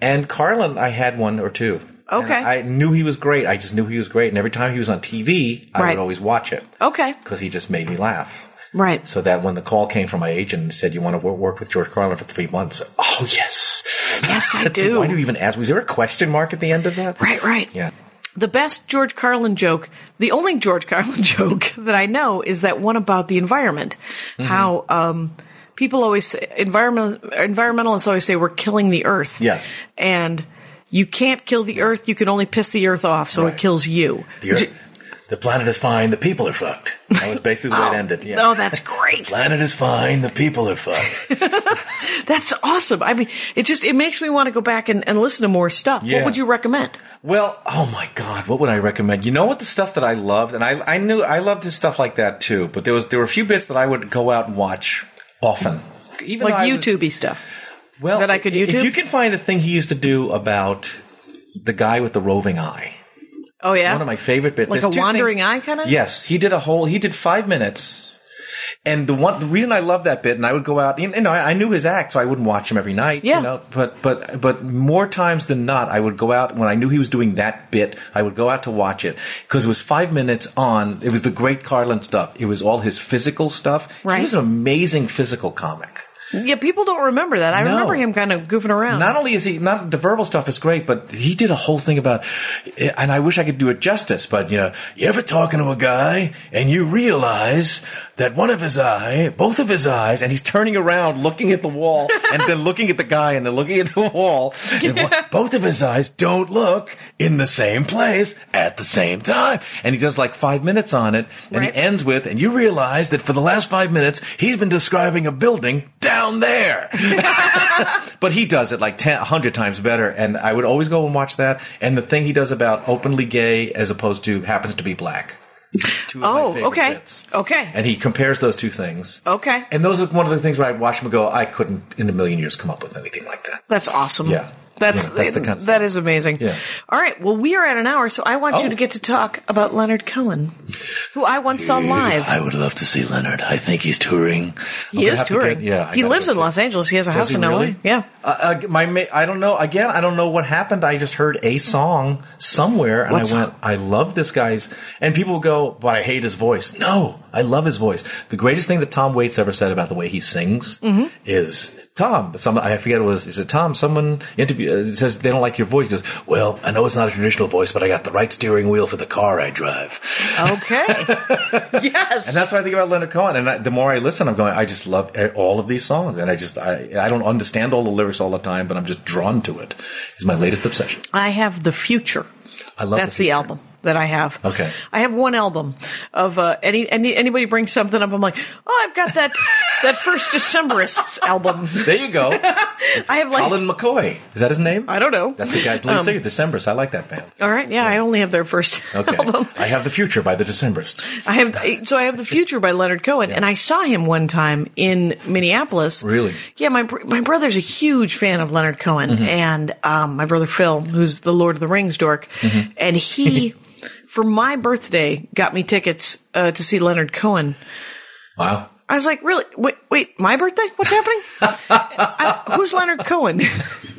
[SPEAKER 4] and Carlin, I had one or two. And
[SPEAKER 3] Okay.
[SPEAKER 4] I knew he was great. I just knew he was great, and every time he was on TV, I
[SPEAKER 3] Right. Oh.
[SPEAKER 4] would always watch it
[SPEAKER 3] okay.
[SPEAKER 4] because he just made me laugh.
[SPEAKER 3] Right.
[SPEAKER 4] So that when the call came from my agent and said, "You want to wor- work with George Carlin for three months?" Oh yes,
[SPEAKER 3] Yes, I do.
[SPEAKER 4] Why do you even ask? Was there a question mark at the end of that?
[SPEAKER 3] Right, right.
[SPEAKER 4] Yeah.
[SPEAKER 3] The best George Carlin joke, the only George Carlin joke that I know is that one about the environment.
[SPEAKER 4] Mm-hmm.
[SPEAKER 3] How um, people always say, environment, environmentalists always say we're killing the earth.
[SPEAKER 4] Yeah.
[SPEAKER 3] And you can't kill the earth, you can only piss the earth off, so it
[SPEAKER 4] Right.
[SPEAKER 3] kills you.
[SPEAKER 5] The, earth, the planet is fine. The people are fucked.
[SPEAKER 4] That was basically the way it ended. Yeah.
[SPEAKER 3] Oh, that's great.
[SPEAKER 5] Planet is fine. The people are fucked.
[SPEAKER 3] that's awesome. I mean, it just, it makes me want to go back and, and listen to more stuff. What
[SPEAKER 4] Yeah.
[SPEAKER 3] would you recommend?
[SPEAKER 4] Well, oh my God, what would I recommend? You know what the stuff that I loved, and I I knew I loved his stuff like that too. But there was there were a few bits that I would go out and watch often, even
[SPEAKER 3] Like
[SPEAKER 4] though I was-
[SPEAKER 3] YouTube y stuff.
[SPEAKER 4] Well,
[SPEAKER 3] that I could
[SPEAKER 4] if-
[SPEAKER 3] YouTube?
[SPEAKER 4] If you can find the thing he used to do about the guy with the roving eye.
[SPEAKER 3] Oh, yeah?
[SPEAKER 4] One of my favorite bits.
[SPEAKER 3] Like
[SPEAKER 4] There's
[SPEAKER 3] a
[SPEAKER 4] two
[SPEAKER 3] wandering
[SPEAKER 4] things-
[SPEAKER 3] eye kinda?
[SPEAKER 4] Yes, he did a whole. He did five minutes, and the one the reason I love that bit, and I would go out. You know, I, I knew his act, so I wouldn't watch him every night.
[SPEAKER 3] Yeah.
[SPEAKER 4] You know, but but but more times than not, I would go out when I knew he was doing that bit. I would go out to watch it because it was five minutes on. It was the great Carlin stuff. It was all his physical stuff.
[SPEAKER 3] Right.
[SPEAKER 4] He was an amazing physical comic.
[SPEAKER 3] Yeah, people don't remember that. I
[SPEAKER 4] No.
[SPEAKER 3] remember him kind of goofing around.
[SPEAKER 4] Not only is he not the verbal stuff is great, but he did a whole thing about, eh, and I wish I could do it justice, but you know,
[SPEAKER 5] You ever talking to a guy and you realize
[SPEAKER 4] that one of his eye, both of his eyes, and he's turning around looking at the wall and then looking at the guy and then looking at the wall. And one- both of his eyes don't look in the same place at the same time. And he does like five minutes on it and
[SPEAKER 3] Right.
[SPEAKER 4] he ends with, and you realize that for the last five minutes, he's been describing a building down there. But he does it like 10, 100 times better. And I would always go and watch that. And the thing he does about openly gay as opposed to happens to be black. Two of my
[SPEAKER 3] Oh,
[SPEAKER 4] favorite
[SPEAKER 3] okay.
[SPEAKER 4] bits.
[SPEAKER 3] Okay.
[SPEAKER 4] And he compares those two things.
[SPEAKER 3] Okay.
[SPEAKER 4] And those are one of the things where I watch him and go, I couldn't in a million years come up with anything like that.
[SPEAKER 3] That's awesome.
[SPEAKER 4] Yeah.
[SPEAKER 3] That's,
[SPEAKER 4] Yeah, that's the kind of
[SPEAKER 3] that
[SPEAKER 4] stuff.
[SPEAKER 3] is amazing.
[SPEAKER 4] Yeah.
[SPEAKER 3] All right. Well, we are at an hour, so I want you
[SPEAKER 4] Oh.
[SPEAKER 3] to get to talk about Leonard Cohen, who I once saw live.
[SPEAKER 4] I would love to see Leonard. I think he's touring. I'm
[SPEAKER 3] He
[SPEAKER 4] gonna
[SPEAKER 3] is
[SPEAKER 4] have to
[SPEAKER 3] touring.
[SPEAKER 4] get- yeah. I
[SPEAKER 3] he
[SPEAKER 4] gotta
[SPEAKER 3] lives
[SPEAKER 4] go
[SPEAKER 3] in
[SPEAKER 4] see it.
[SPEAKER 3] Los Angeles. He has a
[SPEAKER 4] Does
[SPEAKER 3] house
[SPEAKER 4] he
[SPEAKER 3] in LA.
[SPEAKER 4] really?
[SPEAKER 3] Yeah.
[SPEAKER 4] Uh, uh, my ma- I don't know. Again, I don't know what happened. I just heard a song somewhere, and
[SPEAKER 3] What
[SPEAKER 4] I
[SPEAKER 3] song?
[SPEAKER 4] went, "I love this guy's." And people go, "But I hate his voice." No, I love his voice. The greatest thing that Tom Waits ever said about the way he sings
[SPEAKER 3] Mm-hmm.
[SPEAKER 4] is Tom. Some I forget it was is it Tom? Someone interview uh, says they don't like your voice. He goes, "Well, I know it's not a traditional voice, but I got the right steering wheel for the car I drive."
[SPEAKER 3] Okay. yes.
[SPEAKER 4] And that's what I think about Leonard Cohen. And I, the more I listen, I'm going, I just love eh, all of these songs. And I just, I, I don't understand all the lyrics all the time, but I'm just drawn to it. It's my latest obsession.
[SPEAKER 3] I have the future.
[SPEAKER 4] I love
[SPEAKER 3] That's
[SPEAKER 4] the
[SPEAKER 3] the
[SPEAKER 4] future.
[SPEAKER 3] album that I have.
[SPEAKER 4] Okay.
[SPEAKER 3] I have one album of uh, any, any anybody brings something up. I'm like, oh, I've got that that first Decemberists album.
[SPEAKER 4] There you go.
[SPEAKER 3] I have like
[SPEAKER 4] Colin McCoy. Is that his name?
[SPEAKER 3] I don't know. Um,
[SPEAKER 4] That's the guy. Let's see, Decemberists. I like that band.
[SPEAKER 3] All right, yeah, I only have their first
[SPEAKER 4] Okay.
[SPEAKER 3] album.
[SPEAKER 4] I have the future by the Decemberists.
[SPEAKER 3] I have so I have the future by Leonard Cohen, and I saw him one time in Minneapolis.
[SPEAKER 4] Really?
[SPEAKER 3] Yeah, my br- my brother's a huge fan of Leonard Cohen, and um, my brother Phil, who's the Lord of the Rings dork, and he. For my birthday, got me tickets uh, to see Leonard Cohen.
[SPEAKER 4] Wow.
[SPEAKER 3] I was like, really? Wait, wait, my birthday? What's happening? I, who's Leonard Cohen?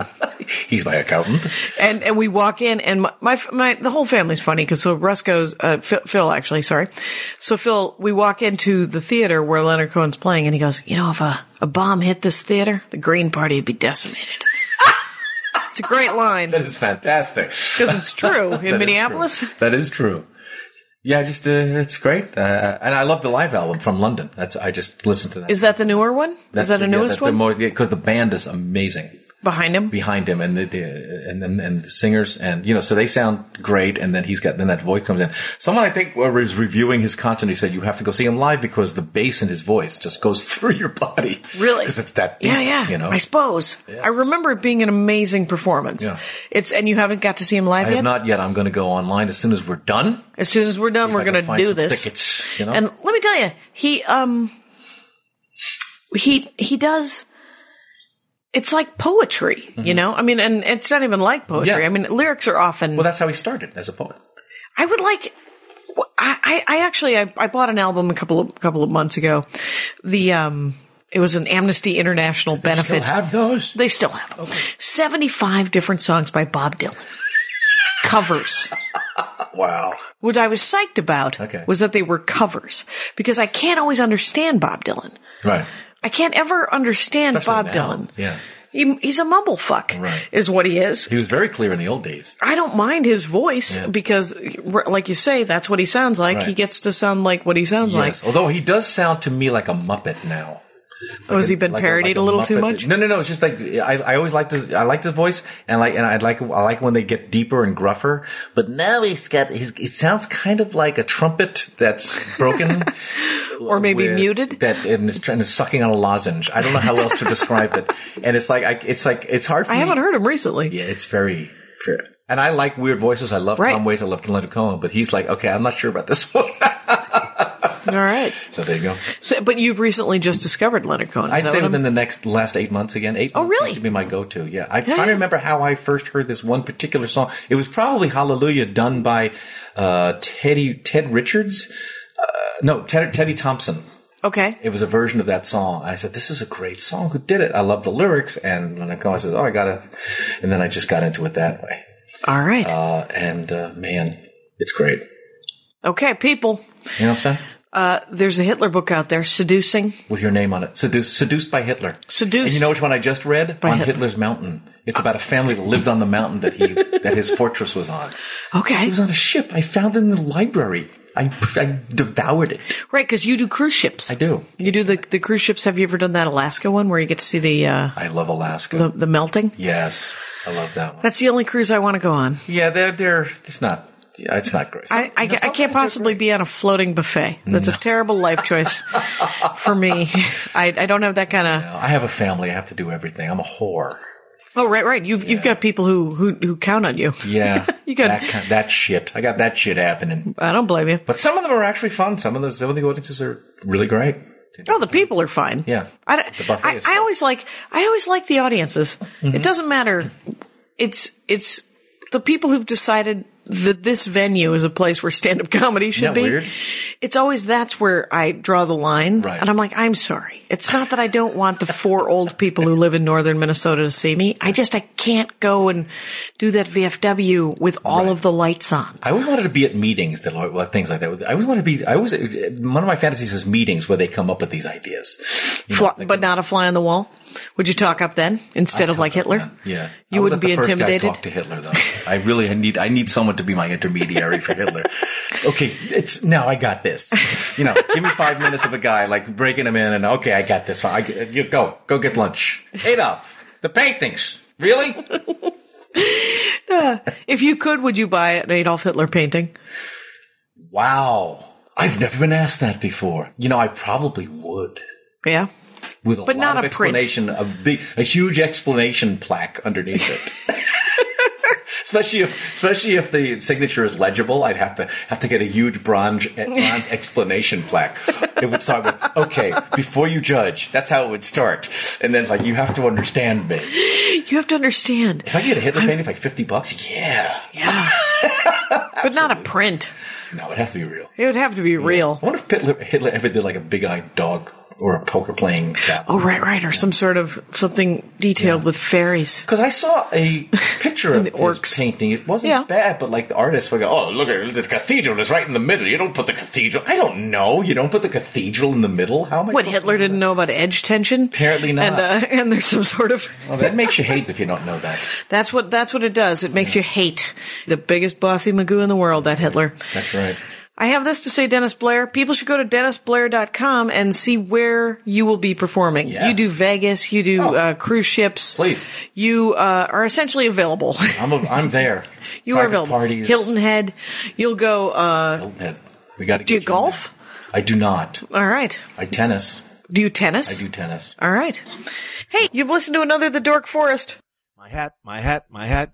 [SPEAKER 4] He's my accountant.
[SPEAKER 3] and and we walk in, and my my, my the whole family's funny because so Rusko's uh, Phil, Phil actually, sorry, so Phil, we walk into the theater where Leonard Cohen's playing, and he goes, you know, if a a bomb hit this theater, the Green Party would be decimated. it's a great line
[SPEAKER 4] That is fantastic.
[SPEAKER 3] because it's true
[SPEAKER 4] That
[SPEAKER 3] in
[SPEAKER 4] is
[SPEAKER 3] Minneapolis.
[SPEAKER 4] true. That is true. Yeah, just uh, it's great, uh, and I love the live album from London. That's I just listened to that.
[SPEAKER 3] Is that the newer one? Is that a newest one
[SPEAKER 4] Because the band is amazing.
[SPEAKER 3] behind him?
[SPEAKER 4] behind him and the, the and, and and the singers and you know so they sound great and then he's got then that voice comes in someone i think was reviewing his content he said you have to go see him live because the bass in his voice just goes through your body
[SPEAKER 3] Really?
[SPEAKER 4] because it's that deep,
[SPEAKER 3] Yeah, yeah.
[SPEAKER 4] you know
[SPEAKER 3] I suppose. I remember it being an amazing performance.
[SPEAKER 4] Yeah.
[SPEAKER 3] It's and you haven't got to see him live
[SPEAKER 4] I
[SPEAKER 3] yet.
[SPEAKER 4] have not yet i'm going to go online as soon as we're done
[SPEAKER 3] as soon as we're done, we're
[SPEAKER 4] I can
[SPEAKER 3] going to
[SPEAKER 4] find
[SPEAKER 3] do
[SPEAKER 4] some
[SPEAKER 3] this.
[SPEAKER 4] tickets, you know?
[SPEAKER 3] And let me tell you, he um he he does it's like poetry, you know? I mean, and it's not even like poetry.
[SPEAKER 4] Mm-hmm. Yeah.
[SPEAKER 3] I mean, lyrics are often
[SPEAKER 4] well that's how he started as a poet
[SPEAKER 3] I would like. I, I I actually I, I bought an album a couple of couple of months ago. The um it was an Amnesty International benefit.
[SPEAKER 4] still have those
[SPEAKER 3] They still have them. 75 different songs by Bob Dylan. covers.
[SPEAKER 4] wow
[SPEAKER 3] What I was psyched about
[SPEAKER 4] Okay.
[SPEAKER 3] was that they were covers because I can't always understand Bob Dylan.
[SPEAKER 4] right
[SPEAKER 3] I can't ever understand
[SPEAKER 4] Especially
[SPEAKER 3] Bob
[SPEAKER 4] now.
[SPEAKER 3] Dylan.
[SPEAKER 4] yeah
[SPEAKER 3] He, he's a mumblefuck,
[SPEAKER 4] Right.
[SPEAKER 3] is what he is.
[SPEAKER 4] he was very clear in the old days
[SPEAKER 3] I don't mind his voice
[SPEAKER 4] Yeah.
[SPEAKER 3] because, like you say, that's what he sounds like.
[SPEAKER 4] Right.
[SPEAKER 3] He gets to sound like what he sounds like.
[SPEAKER 4] yes although he does sound to me like a muppet now
[SPEAKER 3] Oh, has he been
[SPEAKER 4] like
[SPEAKER 3] parodied
[SPEAKER 4] like
[SPEAKER 3] a, little too
[SPEAKER 4] Muppet.
[SPEAKER 3] much?
[SPEAKER 4] No, no, no. It's just like I, I always like this. I like the voice, and like, and I like, I like when they get deeper and gruffer. But now he's got. He's, it sounds kind of like a trumpet that's broken,
[SPEAKER 3] or maybe
[SPEAKER 4] with-
[SPEAKER 3] muted?
[SPEAKER 4] That and is trying to sucking on a lozenge. I don't know how else to describe it. And it's like, I, it's like, it's hard. For
[SPEAKER 3] I
[SPEAKER 4] me-
[SPEAKER 3] haven't heard him recently.
[SPEAKER 4] Yeah, it's very. And I like weird voices. I love
[SPEAKER 3] Right.
[SPEAKER 4] Tom Waits. I love Leonard Cohen. But he's like, okay, I'm not sure about this one.
[SPEAKER 3] All right.
[SPEAKER 4] so there you go.
[SPEAKER 3] So, but you've recently just discovered Leonard Cohen. is
[SPEAKER 4] I'd
[SPEAKER 3] that
[SPEAKER 4] say
[SPEAKER 3] what I'm-
[SPEAKER 4] within the next last eight months again. Eight. Oh,
[SPEAKER 3] really?
[SPEAKER 4] To be my go-to. Yeah, I'm
[SPEAKER 3] yeah.
[SPEAKER 4] trying to remember how I first heard this one particular song. It was probably "Hallelujah" done by uh, Teddy Ted Richards. Uh, no, Ted, Teddy Thompson.
[SPEAKER 3] Okay.
[SPEAKER 4] It was a version of that song. I said, "This is a great song. Who did it? I love the lyrics." And when I go, I says, "Oh, I gotta," and then I just got into it that way.
[SPEAKER 3] All right.
[SPEAKER 4] Uh, and uh, man, it's great.
[SPEAKER 3] okay, people. Uh,
[SPEAKER 4] You know what I'm saying?
[SPEAKER 3] There's a Hitler book out there, Seducing.
[SPEAKER 4] with your name on it. Seduced, seduced by Hitler.
[SPEAKER 3] Seduced.
[SPEAKER 4] And you know which one I just read?
[SPEAKER 3] By
[SPEAKER 4] on
[SPEAKER 3] Hitler.
[SPEAKER 4] Hitler's Mountain. It's about a family that lived on the mountain that he that his fortress was on. It
[SPEAKER 3] Okay.
[SPEAKER 4] was on a ship. I found it in the library. I, I devoured it.
[SPEAKER 3] Right, because you do cruise ships.
[SPEAKER 4] I do.
[SPEAKER 3] You do the the cruise ships. Have you ever done that Alaska one where you get to see the uh,
[SPEAKER 4] I love Alaska.
[SPEAKER 3] the, the melting?
[SPEAKER 4] yes, I love that one.
[SPEAKER 3] That's the only cruise I want to go on.
[SPEAKER 4] yeah, they're they're it's not yeah, it's not great.
[SPEAKER 3] I, I, I can't possibly be on a floating buffet. That's a terrible life choice for me. I, I don't have that kind of.
[SPEAKER 4] I have a family. I have to do everything. I'm a whore.
[SPEAKER 3] Oh, right, right. You've you've got people who who who count on you.
[SPEAKER 4] Yeah,
[SPEAKER 3] You got-
[SPEAKER 4] that kind, that shit. I got that shit happening.
[SPEAKER 3] I don't blame you.
[SPEAKER 4] But some of them are actually fun. Some of those some of the audiences are really great.
[SPEAKER 3] Oh, the people are fine.
[SPEAKER 4] Yeah.
[SPEAKER 3] I, don't-
[SPEAKER 4] The buffet
[SPEAKER 3] I,
[SPEAKER 4] is Mm-hmm.
[SPEAKER 3] I
[SPEAKER 4] fine.
[SPEAKER 3] always like I always like the audiences. It doesn't matter. It's it's the people who've decided that this venue is a place where stand up comedy should
[SPEAKER 4] that
[SPEAKER 3] be.
[SPEAKER 4] weird?
[SPEAKER 3] It's always that's where I draw the line.
[SPEAKER 4] Right.
[SPEAKER 3] And I'm like, I'm sorry. It's not that I don't want the four old people who live in northern Minnesota to see me. I just I can't go and do that VFW with all of the lights on.
[SPEAKER 4] I always wanted to be at meetings that like, like, things like that. I always wanted to be. I always one of my fantasies is meetings where they come up with these ideas. You know,
[SPEAKER 3] Fly,
[SPEAKER 4] like-
[SPEAKER 3] but not a fly on the wall. Would you talk up then instead of like Hitler?
[SPEAKER 4] Yeah,
[SPEAKER 3] You
[SPEAKER 4] I would
[SPEAKER 3] wouldn't
[SPEAKER 4] let
[SPEAKER 3] be
[SPEAKER 4] the first guy
[SPEAKER 3] intimidated?
[SPEAKER 4] talk to Hitler though. I really need. I need someone to be my intermediary for Hitler. Okay, it's now. I got this. You know, give me five minutes of a guy like breaking him in, and okay, I got this. I, you go, go get lunch. Adolf, the paintings. Really?
[SPEAKER 3] If you could, would you buy an Adolf Hitler painting?
[SPEAKER 4] Wow, I've never been asked that before. You know, I probably would.
[SPEAKER 3] Yeah.
[SPEAKER 4] with a
[SPEAKER 3] But
[SPEAKER 4] lot
[SPEAKER 3] not
[SPEAKER 4] of
[SPEAKER 3] a print.
[SPEAKER 4] explanation, a big, a huge explanation plaque underneath it. especially if, especially if the signature is legible, I'd have to have to get a huge bronze, eh, bronze explanation plaque. It would start with, "Okay, before you judge." That's how it would start, and then like, "You have to understand me." If
[SPEAKER 3] You have to understand.
[SPEAKER 4] I could get a Hitler painting for like fifty bucks, yeah,
[SPEAKER 3] Yeah. but not a print.
[SPEAKER 4] no, it'd have to be real.
[SPEAKER 3] It would have to be
[SPEAKER 4] I
[SPEAKER 3] real.
[SPEAKER 4] wonder if Hitler, Hitler ever did like a big-eyed dog or a poker-playing cat.
[SPEAKER 3] Oh, right, right. Or some sort of something detailed with fairies.
[SPEAKER 4] Because I saw a picture of
[SPEAKER 3] the
[SPEAKER 4] his
[SPEAKER 3] orcs.
[SPEAKER 4] painting. It wasn't
[SPEAKER 3] Yeah.
[SPEAKER 4] bad, but like the artists would go, "Oh, look at it. the cathedral is right in the middle. You don't put the cathedral. I don't know. You don't put the cathedral in the middle. How am I?
[SPEAKER 3] What,
[SPEAKER 4] supposed
[SPEAKER 3] Hitler
[SPEAKER 4] to
[SPEAKER 3] didn't know about edge tension?
[SPEAKER 4] Apparently not.
[SPEAKER 3] And, uh, and there's some sort of.
[SPEAKER 4] Well, that makes you hate if you don't know that.
[SPEAKER 3] That's what, that's what it does. It makes you hate the biggest bossy magoo in the world, that Hitler.
[SPEAKER 4] That's right.
[SPEAKER 3] I have this to say, Dennis Blair. People should go to dennisblair.com and see where you will be performing.
[SPEAKER 4] Yeah.
[SPEAKER 3] You do Vegas, you do
[SPEAKER 4] Oh.
[SPEAKER 3] uh, cruise ships.
[SPEAKER 4] Please.
[SPEAKER 3] You uh, are essentially available.
[SPEAKER 4] I'm a, I'm there.
[SPEAKER 3] you
[SPEAKER 4] Private
[SPEAKER 3] are available.
[SPEAKER 4] Parties.
[SPEAKER 3] Hilton Head. You'll go, uh,
[SPEAKER 4] Hilton Head. We got to
[SPEAKER 3] do you golf?
[SPEAKER 4] I do not.
[SPEAKER 3] All right.
[SPEAKER 4] I tennis.
[SPEAKER 3] Do you tennis?
[SPEAKER 4] I do tennis.
[SPEAKER 3] All right. Hey, you've listened to another The Dork Forest.
[SPEAKER 7] My hat, my hat, my hat.